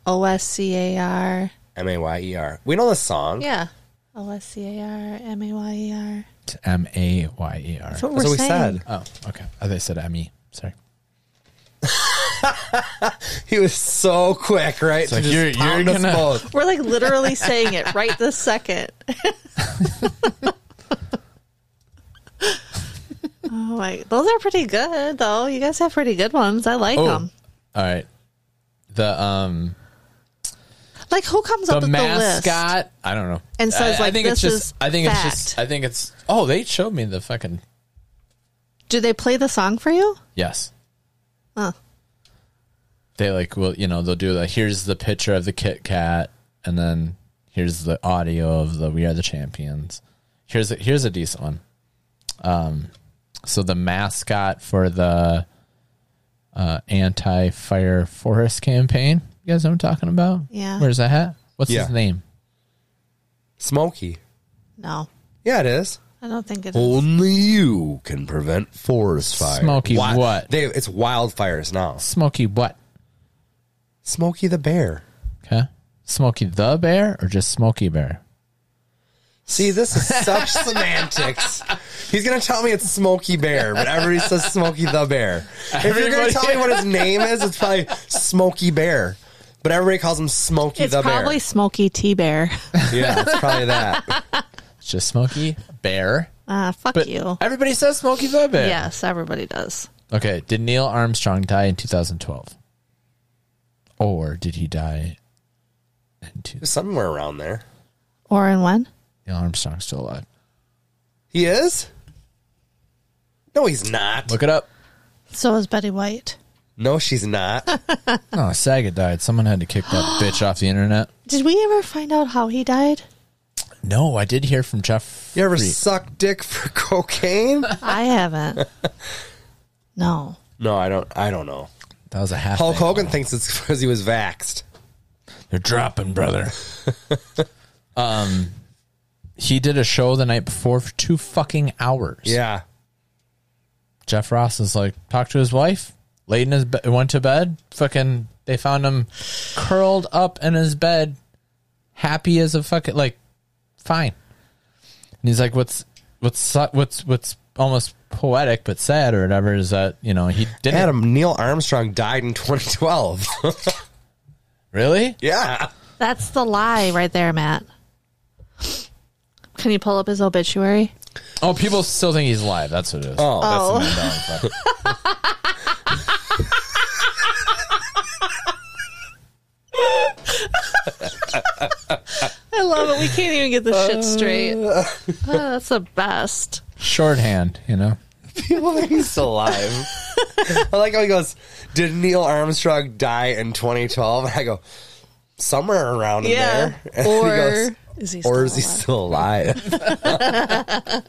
Speaker 3: O S C A R.
Speaker 1: M a y e r. We know the song.
Speaker 3: Yeah, O S C A R M A Y E R.
Speaker 2: It's M A Y E R.
Speaker 3: That's what
Speaker 1: That's what
Speaker 3: we're
Speaker 1: we
Speaker 3: saying.
Speaker 1: said.
Speaker 2: Oh, okay. I thought you said M E. Sorry.
Speaker 1: He was so quick, right? to
Speaker 2: like,
Speaker 1: just
Speaker 2: you're- you're
Speaker 1: pound us
Speaker 2: gonna-
Speaker 1: both.
Speaker 3: We're like literally saying it right this second. oh my, those are pretty good though. You guys have pretty good ones. I
Speaker 2: Oh.
Speaker 3: like them.
Speaker 2: All right. The um
Speaker 3: Like who comes up
Speaker 2: the
Speaker 3: with the list?
Speaker 2: mascot. I don't know.
Speaker 3: And says,
Speaker 2: I, I
Speaker 3: like,
Speaker 2: think it's
Speaker 3: this
Speaker 2: just.
Speaker 3: is
Speaker 2: I think it's just.
Speaker 3: fact.
Speaker 2: I think it's. Oh, they showed me the fucking
Speaker 3: Do they play the song for you?
Speaker 2: yes.
Speaker 3: Huh.
Speaker 2: They like will you know they'll do like here's the picture of the Kit Kat and then here's the audio of the We Are the Champions. Here's a, here's a decent one. Um, so the mascot for the uh, anti fire forest campaign. You guys know what I'm talking about?
Speaker 3: Yeah.
Speaker 2: Where's that hat? What's
Speaker 1: Yeah.
Speaker 2: his name?
Speaker 1: Smokey.
Speaker 3: No,
Speaker 1: Yeah, it is.
Speaker 3: I don't think it is.
Speaker 1: Only you can prevent forest fires.
Speaker 2: Smokey what?
Speaker 1: They, it's wildfires now.
Speaker 2: Smokey what?
Speaker 1: Smokey the Bear.
Speaker 2: Okay. Smokey the bear or just Smokey bear?
Speaker 1: See, this is such semantics. He's gonna tell me it's Smokey Bear, but everybody says Smokey the Bear. If you're gonna
Speaker 2: Everybody-
Speaker 1: tell me what his name is, it's probably Smokey Bear. But everybody calls him Smokey
Speaker 3: It's
Speaker 1: the
Speaker 3: probably Smoky T Bear.
Speaker 1: Bear. Yeah, it's probably that.
Speaker 2: It's just Smokey bear.
Speaker 3: Ah, fuck
Speaker 2: But
Speaker 3: you.
Speaker 2: everybody says Smokey the bear.
Speaker 3: Yes, everybody does.
Speaker 2: Okay. Did Neil Armstrong die in 2012? Or did he die in two-
Speaker 1: Somewhere around there.
Speaker 3: Or in when?
Speaker 2: Neil Armstrong's still alive?
Speaker 1: He is? No, he's not.
Speaker 2: Look it up.
Speaker 3: So is Betty White.
Speaker 1: No, she's not.
Speaker 2: No, Saget Oh, died. Someone had to kick that bitch off the internet.
Speaker 3: Did we ever find out how he died?
Speaker 2: No, I did hear from Jeff.
Speaker 1: You ever
Speaker 2: Free-
Speaker 1: suck dick for cocaine?
Speaker 3: I haven't. No.
Speaker 1: No, I don't. I don't know.
Speaker 2: that was a half.
Speaker 1: Hulk
Speaker 2: thing.
Speaker 1: Hogan thinks it's because he was vaxxed.
Speaker 2: They're dropping, brother. um, he did a show the night before for two fucking hours.
Speaker 1: Yeah,
Speaker 2: Jeff Ross is like, talked to his wife, laid in his bed, went to bed. Fucking, they found him curled up in his bed, happy as a fucking like, fine. And he's like, what's what's su- what's what's almost poetic but sad or whatever is that you know he didn't
Speaker 1: Adam Neil Armstrong died in 2012.
Speaker 2: really
Speaker 1: yeah,
Speaker 3: That's the lie right there, Matt. Can you pull up his obituary?
Speaker 2: oh people still think he's alive that's what it is
Speaker 1: Oh, that's-
Speaker 3: Oh. I love it. We can't even get this shit straight. Oh, that's the best.
Speaker 2: shorthand you know
Speaker 1: people think he's still alive. I like how he goes. Did Neil Armstrong die in 2012? And I go somewhere around
Speaker 3: Yeah.
Speaker 1: in there. And
Speaker 3: or
Speaker 1: he goes,
Speaker 3: is he?
Speaker 1: or is
Speaker 3: still
Speaker 1: he
Speaker 3: alive?
Speaker 1: still alive?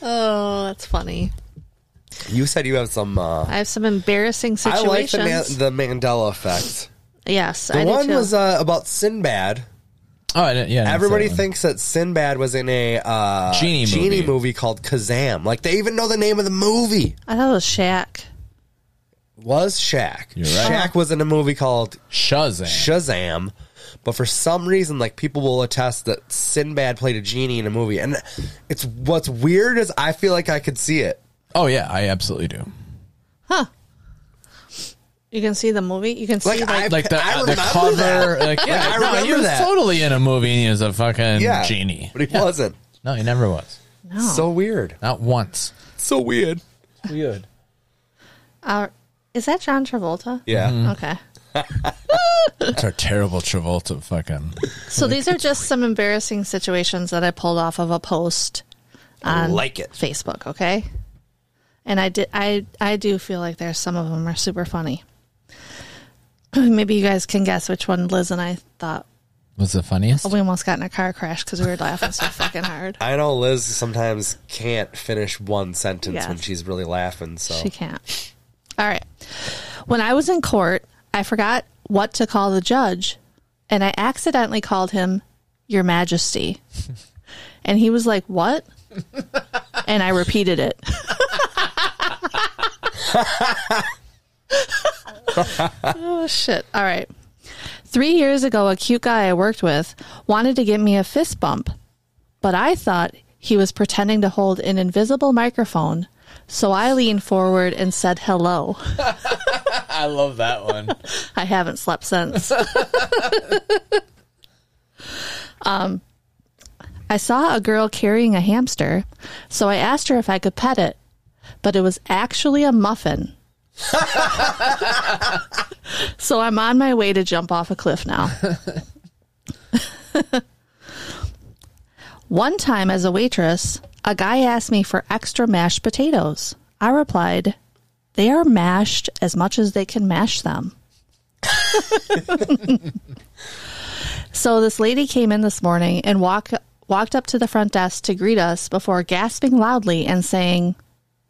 Speaker 3: Oh, that's funny.
Speaker 1: you said you have some. Uh,
Speaker 3: I have some embarrassing
Speaker 1: I
Speaker 3: situations.
Speaker 1: like the, Man- the Mandela effect.
Speaker 3: yes,
Speaker 1: The
Speaker 3: I do
Speaker 1: one
Speaker 3: too.
Speaker 1: was uh, about Sinbad.
Speaker 2: oh I didn't- yeah I didn't say
Speaker 1: Everybody
Speaker 2: that one.
Speaker 1: thinks that Sinbad was in a uh,
Speaker 2: Genie movie.
Speaker 1: called Kazam. Like they even know the name of the movie
Speaker 3: I thought it was Shaq.
Speaker 1: was Shaq.
Speaker 2: You're right.
Speaker 1: Shaq was in a movie called
Speaker 2: Shazam.
Speaker 1: Shazam, but for some reason, like people will attest that Sinbad played a genie in a movie, and it's what's weird is I feel like I could see it.
Speaker 2: Oh yeah, I absolutely do.
Speaker 3: You can see the movie. You can see
Speaker 1: Like,
Speaker 3: like,
Speaker 1: I,
Speaker 2: Like the, uh,
Speaker 1: I
Speaker 2: the
Speaker 1: remember
Speaker 2: cover,
Speaker 1: that.
Speaker 2: like yeah,
Speaker 1: I
Speaker 2: no, he
Speaker 1: remember
Speaker 2: was
Speaker 1: that.
Speaker 2: totally in a movie. and He was a fucking
Speaker 1: yeah, Oh.
Speaker 2: genie.
Speaker 1: but he wasn't.
Speaker 2: No, he never was.
Speaker 3: no.
Speaker 1: So weird.
Speaker 2: Not once.
Speaker 1: So weird.
Speaker 2: Weird.
Speaker 3: Our- is that John Travolta?
Speaker 1: Yeah.
Speaker 3: Okay.
Speaker 2: That's our terrible Travolta fucking.
Speaker 3: So these are just some embarrassing situations that I pulled off of a post on
Speaker 1: Like it.
Speaker 3: Facebook, okay? And I did I I do feel like there's some of them are super funny. Maybe you guys can guess which one Liz and I thought "Oh,
Speaker 2: Was the funniest?
Speaker 3: we almost got in a car crash because we were laughing so fucking hard.
Speaker 1: I know Liz sometimes can't finish one sentence
Speaker 3: Yeah.
Speaker 1: when she's really laughing. So
Speaker 3: She can't. All right. When I was in court, I forgot what to call the judge, and I accidentally called him Your Majesty. And he was like, What? And I repeated it. oh, shit. All right. Three years ago, a cute guy I worked with wanted to give me a fist bump, but I thought he was pretending to hold an invisible microphone, so I leaned forward and said hello.
Speaker 2: I love that one.
Speaker 3: I haven't slept since. um, Um, I saw a girl carrying a hamster, so I asked her if I could pet it, but it was actually a muffin. so I'm on my way to jump off a cliff now. One time, as a waitress, a guy asked me for extra mashed potatoes. I replied, They are mashed as much as they can mash them. So this lady came in this morning and walk, walked up to the front desk to greet us before gasping loudly and saying,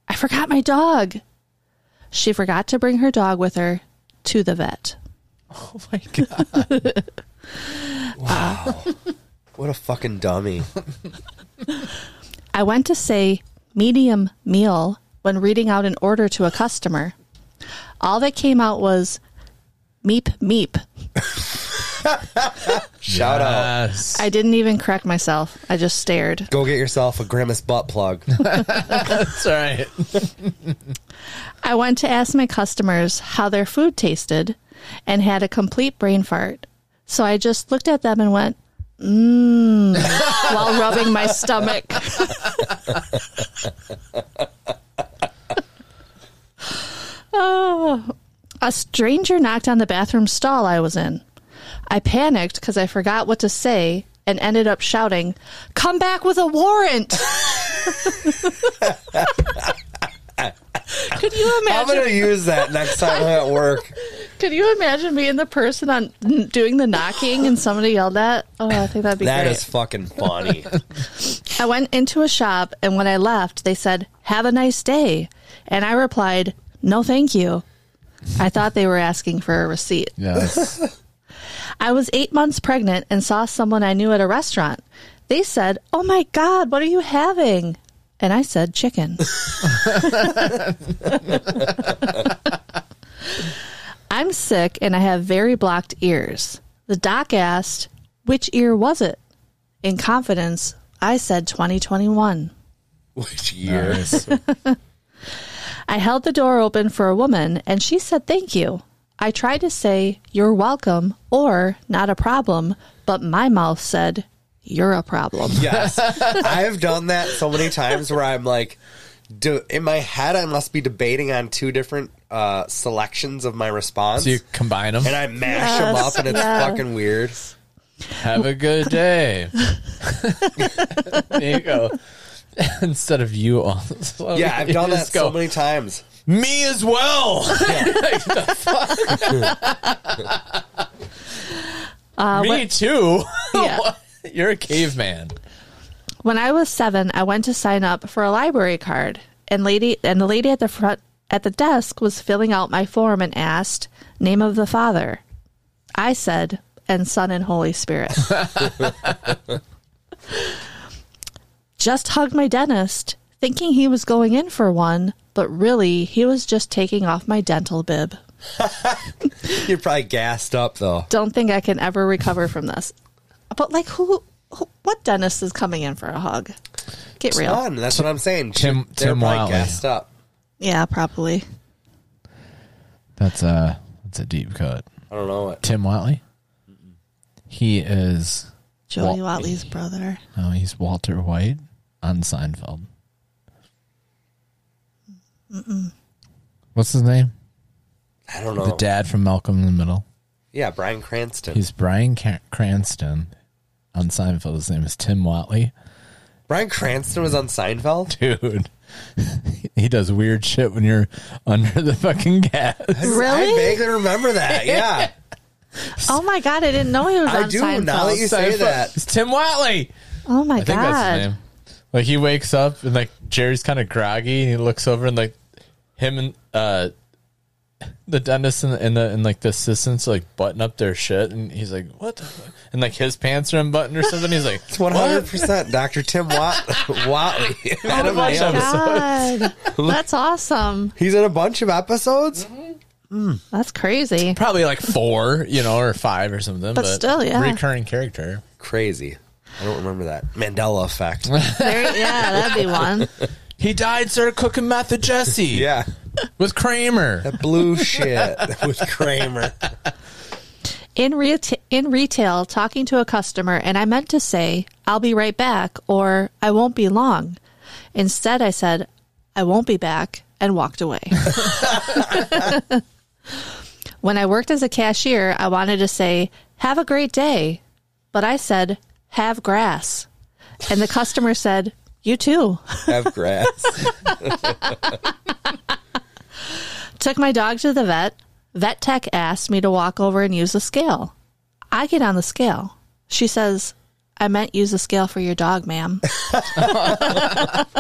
Speaker 3: I forgot my dog. She forgot to bring her dog with her to the vet.
Speaker 2: Oh my god.
Speaker 1: What a fucking dummy.
Speaker 3: I went to say medium meal when reading out an order to a customer. All that came out was meep meep.
Speaker 1: Shout out.
Speaker 2: Yes.
Speaker 3: I didn't even correct myself. I just stared.
Speaker 1: Go get yourself a Grimace butt plug.
Speaker 2: That's right.
Speaker 3: I went to ask my customers how their food tasted and had a complete brain fart. So I just looked at them and went, mmm, while rubbing my stomach. oh. A stranger knocked on the bathroom stall I was in. I panicked because I forgot what to say and ended up shouting, Come back with a warrant! Could you
Speaker 1: I'm
Speaker 3: imagine?
Speaker 1: going to use that next time I'm at work.
Speaker 3: Could you imagine being the person on doing the knocking and somebody yelled at? Oh, I think that'd be
Speaker 1: That
Speaker 3: great.
Speaker 1: is fucking funny.
Speaker 3: I went into a shop and when I left, they said, "Have a nice day," and I replied, "No, thank you." I thought they were asking for a receipt.
Speaker 2: Yes.
Speaker 3: I was eight months pregnant and saw someone I knew at a restaurant. They said, "Oh my God, what are you having?" And I said, "Chicken." I'm sick and I have very blocked ears. The doc asked, "Which ear was it?" In confidence, I said 2021.
Speaker 1: Which year?
Speaker 2: Nice.
Speaker 3: I held the door open for a woman and she said thank you. I tried to say you're welcome or not a problem, but my mouth said you're a problem.
Speaker 1: Yes. I've done that so many times where I'm like, do, in my head, I must be debating on two different uh, selections of my response.
Speaker 2: So you combine them.
Speaker 1: and I mash
Speaker 3: Yes,
Speaker 1: them up, and it's
Speaker 3: yeah.
Speaker 1: fucking weird.
Speaker 2: Have a good day. there you go. Instead of you all.
Speaker 1: Yeah, I've
Speaker 2: you
Speaker 1: done that
Speaker 2: just
Speaker 1: so
Speaker 2: go,
Speaker 1: many times.
Speaker 2: Me as well. Like, the fuck? Me too.
Speaker 3: Yeah.
Speaker 2: You're a caveman.
Speaker 3: When I was 7, I went to sign up for a library card and lady and the lady at the front at the desk was filling out my form and asked name of the father. I said and son and holy spirit. just hugged my dentist, thinking he was going in for one, but really he was just taking off my dental bib.
Speaker 1: You're probably gassed up though.
Speaker 3: Don't think I can ever recover from this. But like, who, who what dentist is coming in for a hug? Get real.
Speaker 1: Fun. That's what I'm saying.
Speaker 2: Tim-
Speaker 1: They're
Speaker 2: Tim
Speaker 1: probably
Speaker 2: Wiley.
Speaker 1: gassed up.
Speaker 3: Yeah, probably.
Speaker 2: That's a that's a deep cut.
Speaker 1: I don't know what.
Speaker 2: Tim Watley. He is. Wal-
Speaker 3: Joey Watley's brother.
Speaker 2: No, he's Walter White on Seinfeld. What's his name?
Speaker 1: I don't know.
Speaker 2: The dad from Malcolm in the Middle.
Speaker 1: yeah, Brian Cranston.
Speaker 2: He's Brian Ca- Cranston on Seinfeld. His name is Tim Watley.
Speaker 1: Brian Cranston was on Seinfeld.
Speaker 2: Dude, he does weird shit when you're under the fucking gas.
Speaker 1: I
Speaker 3: Really?
Speaker 1: vaguely remember that. Yeah,
Speaker 3: Oh my god, I didn't know he was
Speaker 1: I
Speaker 3: on
Speaker 1: do,
Speaker 3: Seinfeld.
Speaker 1: now that you say
Speaker 2: Seinfeld-
Speaker 1: that.
Speaker 2: It's Tim Watley.
Speaker 3: oh my
Speaker 2: I think that's his
Speaker 3: god.
Speaker 2: name. Like he wakes up and like Jerry's kind of groggy and he looks over and like him and uh the dentist and, and the and like the assistants like button up their shit and he's like what the fuck? and like his pants are unbuttoned or something. He's like
Speaker 1: It's 100
Speaker 2: what?
Speaker 1: percent Dr. Tim Wat- Watley.
Speaker 2: a bunch of-
Speaker 3: God. That's awesome.
Speaker 1: He's in a bunch of episodes.
Speaker 3: That's crazy.
Speaker 2: Probably like four, you know, or five or something. But,
Speaker 3: still, yeah.
Speaker 2: recurring character.
Speaker 1: Crazy. I don't remember that Mandela effect.
Speaker 3: There- yeah, that'd be one.
Speaker 2: He died, sir, cooking meth with Jesse.
Speaker 1: yeah,
Speaker 2: with Kramer.
Speaker 1: blue shit with Kramer.
Speaker 3: In reta- in retail, talking to a customer, and I meant to say, "I'll be right back" or "I won't be long." Instead, I said, "I won't be back," and walked away. when I worked as a cashier, I wanted to say, "Have a great day," but I said, "Have grass," and the customer said, "You too."
Speaker 1: Have grass.
Speaker 3: Took my dog to the vet. Vet tech asked me to walk over and use the scale. I get on the scale. She says, I meant use the scale for your dog, ma'am.
Speaker 1: What's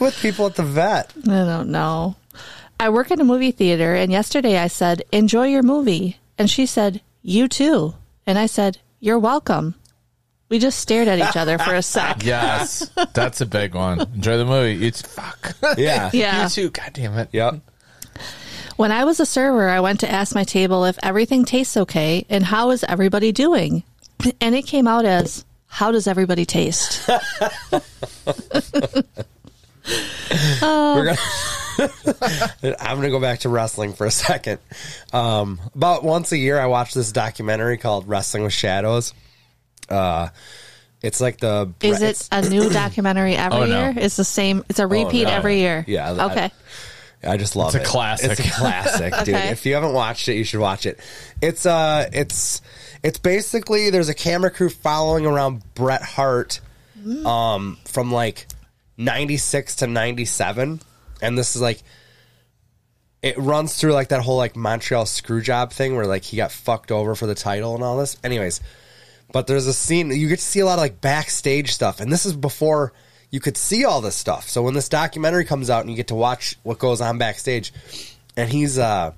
Speaker 1: with people at the vet?
Speaker 3: I don't know. I work at a movie theater, and yesterday I said, Enjoy your movie. And she said, You too. And I said, You're welcome. We just stared at each other for a sec.
Speaker 2: Yes, that's a big one. Enjoy the movie. It's fuck.
Speaker 1: Yeah.
Speaker 3: Yeah.
Speaker 2: you too. God damn it.
Speaker 1: Yep.
Speaker 3: When I was a server, I went to ask my table if everything tastes okay and how is everybody doing? And it came out as, how does everybody taste?
Speaker 1: We're gonna. I'm gonna go back to wrestling for a second. Um, about once a year, I watch this documentary called Wrestling with Shadows. Uh, it's like the
Speaker 3: Is
Speaker 1: it's-
Speaker 3: it a new documentary every
Speaker 2: Oh, no.
Speaker 3: year? It's the same, it's a repeat
Speaker 1: no.
Speaker 3: every year.
Speaker 1: Yeah, I-
Speaker 3: Okay.
Speaker 1: I just love
Speaker 2: It's
Speaker 1: it.
Speaker 2: a classic.
Speaker 1: It's a classic, dude.
Speaker 3: Okay.
Speaker 1: If you haven't watched it, you should watch it. It's uh it's it's basically there's a camera crew following around Bret Hart um from like 96 to 97 and this is like it runs through like that whole like Montreal screw job thing where like he got fucked over for the title and all this. Anyways, but there's a scene you get to see a lot of like backstage stuff, and this is before you could see all this stuff. So when this documentary comes out and you get to watch what goes on backstage, and he's uh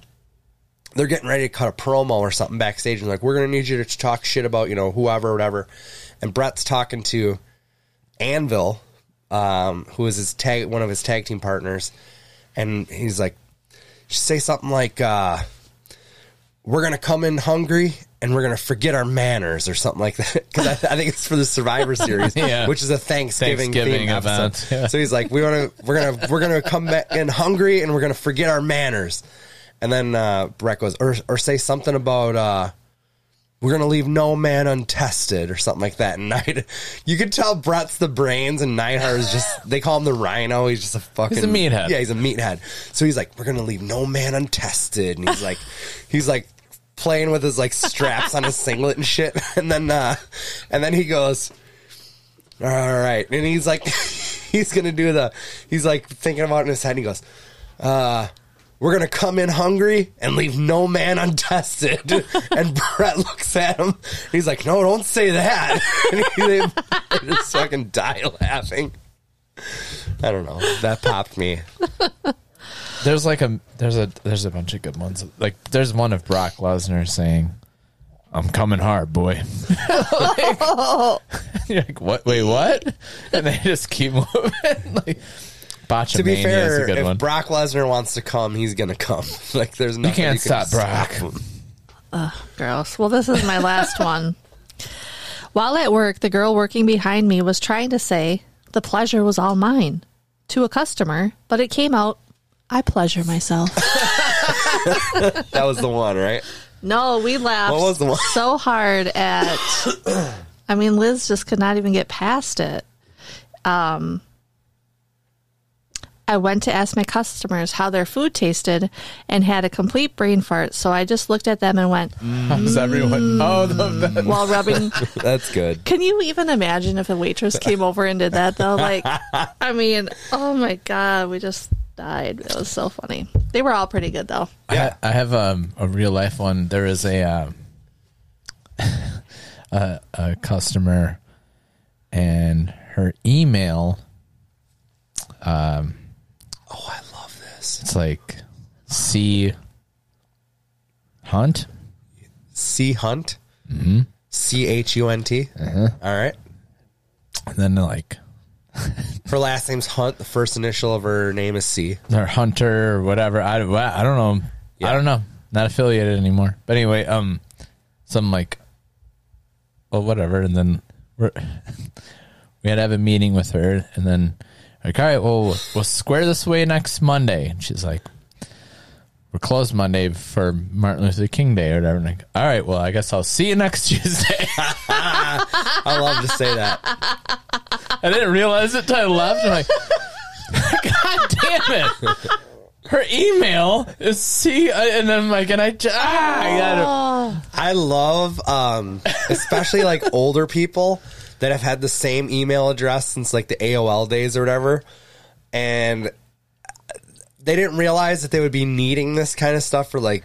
Speaker 1: they're getting ready to cut a promo or something backstage, and like we're gonna need you to talk shit about you know whoever, whatever, and Brett's talking to Anvil, um, who is his tag one of his tag team partners, and he's like say something like uh, we're gonna come in hungry and we're gonna forget our manners or something like that because I, I think it's for the survivor series
Speaker 2: Yeah.
Speaker 1: which is a thanksgiving,
Speaker 2: Thanksgiving
Speaker 1: themed
Speaker 2: event,
Speaker 1: episode.
Speaker 2: yeah.
Speaker 1: so he's like we want to we're gonna we're gonna come back in hungry and we're gonna forget our manners and then uh brett goes or, or say something about uh we're gonna leave no man untested or something like that. And Nidar, you could tell Brett's the brains and Neidhart is just they call him the Rhino. He's just a fucking
Speaker 2: He's a meathead.
Speaker 1: Yeah, he's a meathead. So he's like, we're gonna leave no man untested, and he's like, he's like playing with his like straps on his singlet and shit. And then uh and then he goes, all right, and he's like, he's gonna do the, he's like thinking about it in his head. and He goes, we're gonna come in hungry and leave no man untested. and Brett looks at him. He's like, "No, don't say that." and he, they, they just fucking die laughing. I don't know. That popped me.
Speaker 2: There's like a there's a there's a bunch of good ones. Like there's one of Brock Lesnar saying, "I'm coming hard, boy." like, you're like, what? Wait, what? And they just keep moving. like, Botchamania
Speaker 1: To be
Speaker 2: is a
Speaker 1: fair,
Speaker 2: good
Speaker 1: if
Speaker 2: one.
Speaker 1: Brock Lesnar wants to come, he's gonna come. Like, there's nothing
Speaker 2: can't
Speaker 1: can
Speaker 2: stop Brock.
Speaker 1: him.
Speaker 3: Gross. Well, this is my last one. While at work, the girl working behind me was trying to say, the pleasure was all mine to a customer, but it came out, I pleasure myself.
Speaker 1: That was the one, right?
Speaker 3: No, we laughed
Speaker 1: What was the one?
Speaker 3: so hard at. I mean, Liz just could not even get past it. Um, I went to ask my customers how their food tasted and had a complete brain fart. So I just looked at them and went,
Speaker 1: Mm.
Speaker 2: How's everyone? Oh, the, the-
Speaker 3: while rubbing.
Speaker 1: That's good.
Speaker 3: Can you even imagine if a waitress came over and did that though? Like, I mean, oh my god, we just died. It was so funny. They were all pretty good though.
Speaker 2: I ha- I have um, a real life one. There is a, um, a a customer, and her email. Um, oh, I love this. It's like C. Hunt
Speaker 1: C Hunt.
Speaker 2: Mm-hmm.
Speaker 1: C H U N T.
Speaker 2: Uh-huh.
Speaker 1: All right.
Speaker 2: and then like
Speaker 1: Her last name's Hunt. The first initial of her name is C.
Speaker 2: or Hunter or whatever. I, I don't know. I don't know. Not affiliated anymore. But anyway, um, some like, well, whatever. And then we're, we had to have a meeting with her, and then like, all right, well, we'll square this away next Monday. And she's like, we're closed Monday for Martin Luther King Day or whatever. And like, all right, well, I guess I'll see you next Tuesday.
Speaker 1: I love to say that.
Speaker 2: I didn't realize it till I left. I'm like, God damn it. Her email is C, uh, and then I'm like, and I, j- ah, I got
Speaker 1: I love, um, especially like older people that have had the same email address since like the AOL days or whatever, and they didn't realize that they would be needing this kind of stuff for like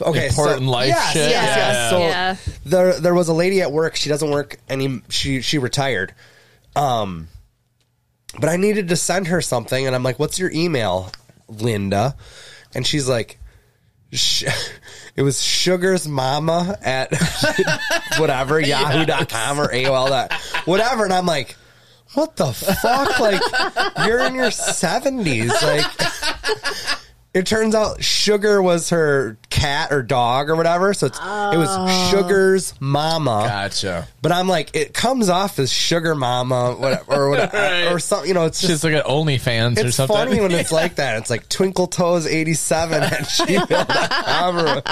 Speaker 1: okay
Speaker 2: Important
Speaker 1: so,
Speaker 2: life
Speaker 1: Yes,
Speaker 2: shit.
Speaker 1: yes,
Speaker 2: Yeah.
Speaker 1: yes. So
Speaker 3: Yeah.
Speaker 1: there, there was a lady at work. She doesn't work any. She she retired. Um, but I needed to send her something, and I'm like, "What's your email, Linda?" And she's like, Sh- it was Sugar's mama at whatever yahoo.com or AOL dot whatever and I'm like what the fuck like you're in your 70s like it turns out Sugar was her cat or dog or whatever so it's, it was Sugar's mama
Speaker 2: Oh. Gotcha.
Speaker 1: but I'm like it comes off as Sugar mama whatever or whatever or something you know it's
Speaker 2: It's
Speaker 1: just
Speaker 2: just like at OnlyFans or
Speaker 1: it's
Speaker 2: something.
Speaker 1: funny when it's like that. It's like Twinkle Toes eighty seven at gmail.com.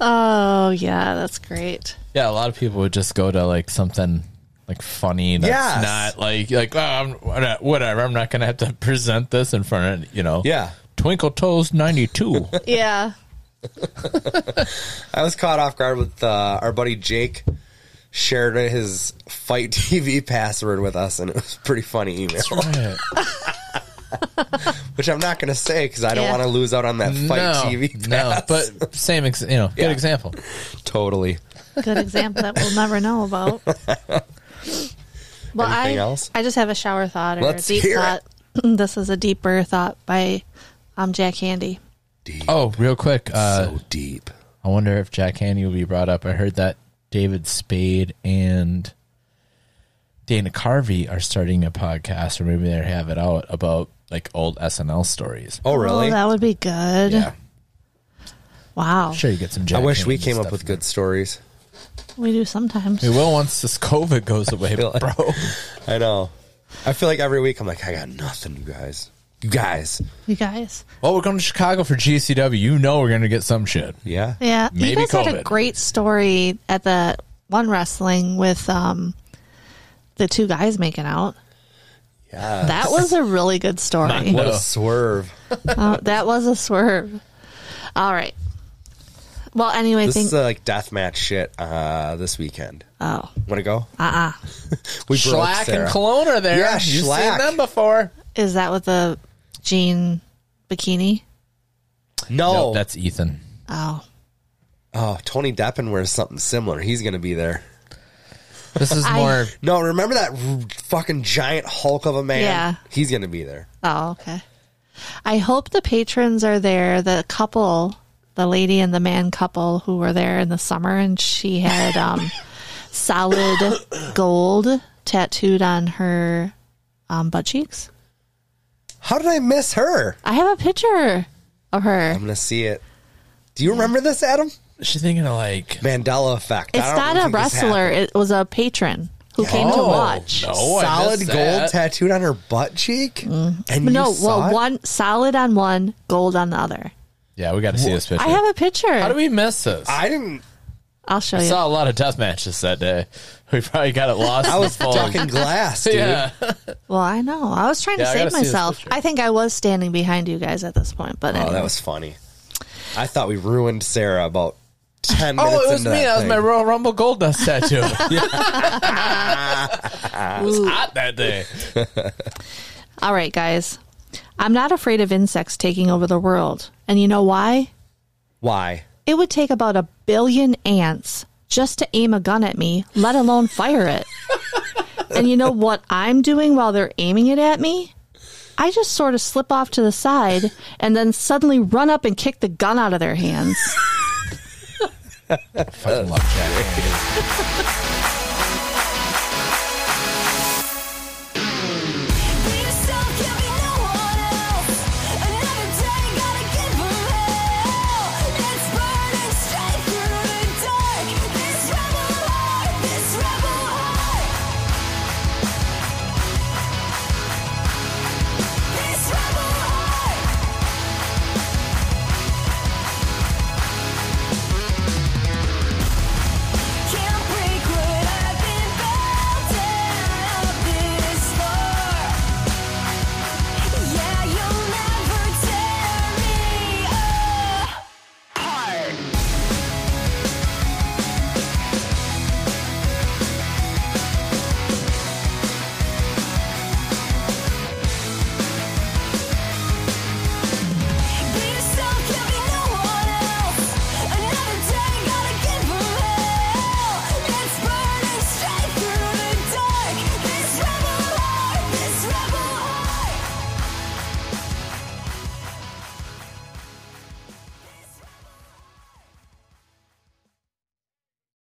Speaker 3: Oh yeah, that's great.
Speaker 2: yeah, a lot of people would just go to like something like funny that's
Speaker 1: Yes.
Speaker 2: not like like oh, I'm whata- whatever. I'm not gonna have to present this in front of you know.
Speaker 1: Yeah.
Speaker 2: Twinkle Toes ninety two.
Speaker 3: Yeah.
Speaker 1: I was caught off guard with uh, our buddy Jake shared his fight TV password with us, and it was a pretty funny email, which I'm not going to say because I don't
Speaker 3: Yeah.
Speaker 1: want to lose out on that fight
Speaker 2: no,
Speaker 1: TV.
Speaker 2: no,
Speaker 1: pass.
Speaker 2: but same, ex- you know,
Speaker 1: Yeah.
Speaker 2: good example.
Speaker 1: totally.
Speaker 3: Good example that we'll never know about. Well, I
Speaker 1: Anything else?
Speaker 3: I just have a shower thought or
Speaker 1: Let's
Speaker 3: a deep
Speaker 1: hear
Speaker 3: thought. this is a deeper thought by um, Jack Handy.
Speaker 2: Oh, real quick, uh,
Speaker 1: so deep.
Speaker 2: I wonder if Jack Handy will be brought up. I heard that David Spade and Dana Carvey are starting a podcast, or maybe they have it out about like old SNL stories.
Speaker 1: Oh, really?
Speaker 3: Oh, that would be good.
Speaker 2: Yeah,
Speaker 3: Wow.
Speaker 2: sure you get some. Jack
Speaker 1: I wish we
Speaker 2: Handy
Speaker 1: came up
Speaker 2: stuff
Speaker 1: with
Speaker 2: in
Speaker 1: good stories.
Speaker 3: We do sometimes.
Speaker 2: there. We will once this COVID goes away,
Speaker 1: feel
Speaker 2: bro.
Speaker 1: like- I know. I feel like every week I'm like, I got nothing, you guys. You guys.
Speaker 3: You guys.
Speaker 2: well, we're going to Chicago for GCW. You know we're going to get some shit.
Speaker 1: Yeah.
Speaker 3: Yeah.
Speaker 2: Maybe
Speaker 3: you guys had a
Speaker 2: COVID.
Speaker 3: great story at the one wrestling with um the two guys making out.
Speaker 1: Yeah.
Speaker 3: That was a really good story.
Speaker 1: What a
Speaker 2: No.
Speaker 1: swerve.
Speaker 3: Oh, that was a swerve. All right. Well, anyway,
Speaker 1: This
Speaker 3: think.
Speaker 1: is uh, like deathmatch shit uh, this weekend.
Speaker 3: oh,
Speaker 1: Want to go?
Speaker 3: uh, uh
Speaker 1: We
Speaker 2: Schlack and Cologne are there.
Speaker 1: Yeah,
Speaker 2: You've
Speaker 1: Schlack.
Speaker 2: seen them before.
Speaker 3: is that with the jean bikini?
Speaker 1: No,
Speaker 2: Nope, that's Ethan.
Speaker 3: Oh,
Speaker 1: oh, Tony Deppen wears something similar. He's gonna be there.
Speaker 2: This is
Speaker 3: I-
Speaker 2: more.
Speaker 1: No, remember that r- fucking giant Hulk of a man?
Speaker 3: Yeah.
Speaker 1: he's gonna be there.
Speaker 3: oh, okay. I hope the patrons are there. The couple, the lady and the man couple who were there in the summer, and she had um, solid gold tattooed on her um, butt cheeks.
Speaker 1: How did I miss her?
Speaker 3: I have a picture of her.
Speaker 1: I'm gonna see it. Do you remember this, Adam?
Speaker 2: She's thinking of like.
Speaker 1: Mandela effect. I
Speaker 3: It's
Speaker 1: don't
Speaker 3: not a
Speaker 1: think this
Speaker 3: wrestler.
Speaker 1: happened.
Speaker 3: It was a patron who came to
Speaker 2: Oh,
Speaker 3: watch.
Speaker 2: No, I
Speaker 1: Solid
Speaker 2: missed
Speaker 1: gold
Speaker 2: that.
Speaker 1: tattooed on her butt cheek, and
Speaker 3: But
Speaker 1: you
Speaker 3: Mm. no,
Speaker 1: saw
Speaker 3: well,
Speaker 1: it?
Speaker 3: one solid on one, gold on the other.
Speaker 2: Yeah, we got to see this picture.
Speaker 3: I have a picture.
Speaker 2: How do we miss this?
Speaker 1: I didn't.
Speaker 3: I'll show
Speaker 2: I
Speaker 3: you.
Speaker 2: saw a lot of death matches that day. We probably got it lost.
Speaker 1: I
Speaker 2: in
Speaker 1: was
Speaker 2: the fog.
Speaker 1: talking glass, dude.
Speaker 2: Yeah.
Speaker 3: well, I know. I was trying
Speaker 2: Yeah, I
Speaker 3: to
Speaker 2: gotta
Speaker 3: save
Speaker 2: see this
Speaker 3: myself.
Speaker 2: picture.
Speaker 3: I think I was standing behind you guys at this point, but
Speaker 1: Oh,
Speaker 3: anyway.
Speaker 1: that was funny. I thought we ruined Sarah about ten minutes.
Speaker 2: Oh, it was
Speaker 1: into
Speaker 2: me. That was my
Speaker 1: thing.
Speaker 2: Royal Rumble gold dust tattoo. it was hot that day.
Speaker 3: all right, guys. I'm not afraid of insects taking over the world, and you know why?
Speaker 1: Why?
Speaker 3: It would take about a billion ants just to aim a gun at me, let alone fire it. and you know what I'm doing while they're aiming it at me? I just sort of slip off to the side and then suddenly run up and kick the gun out of their hands.
Speaker 2: Fucking love Jack.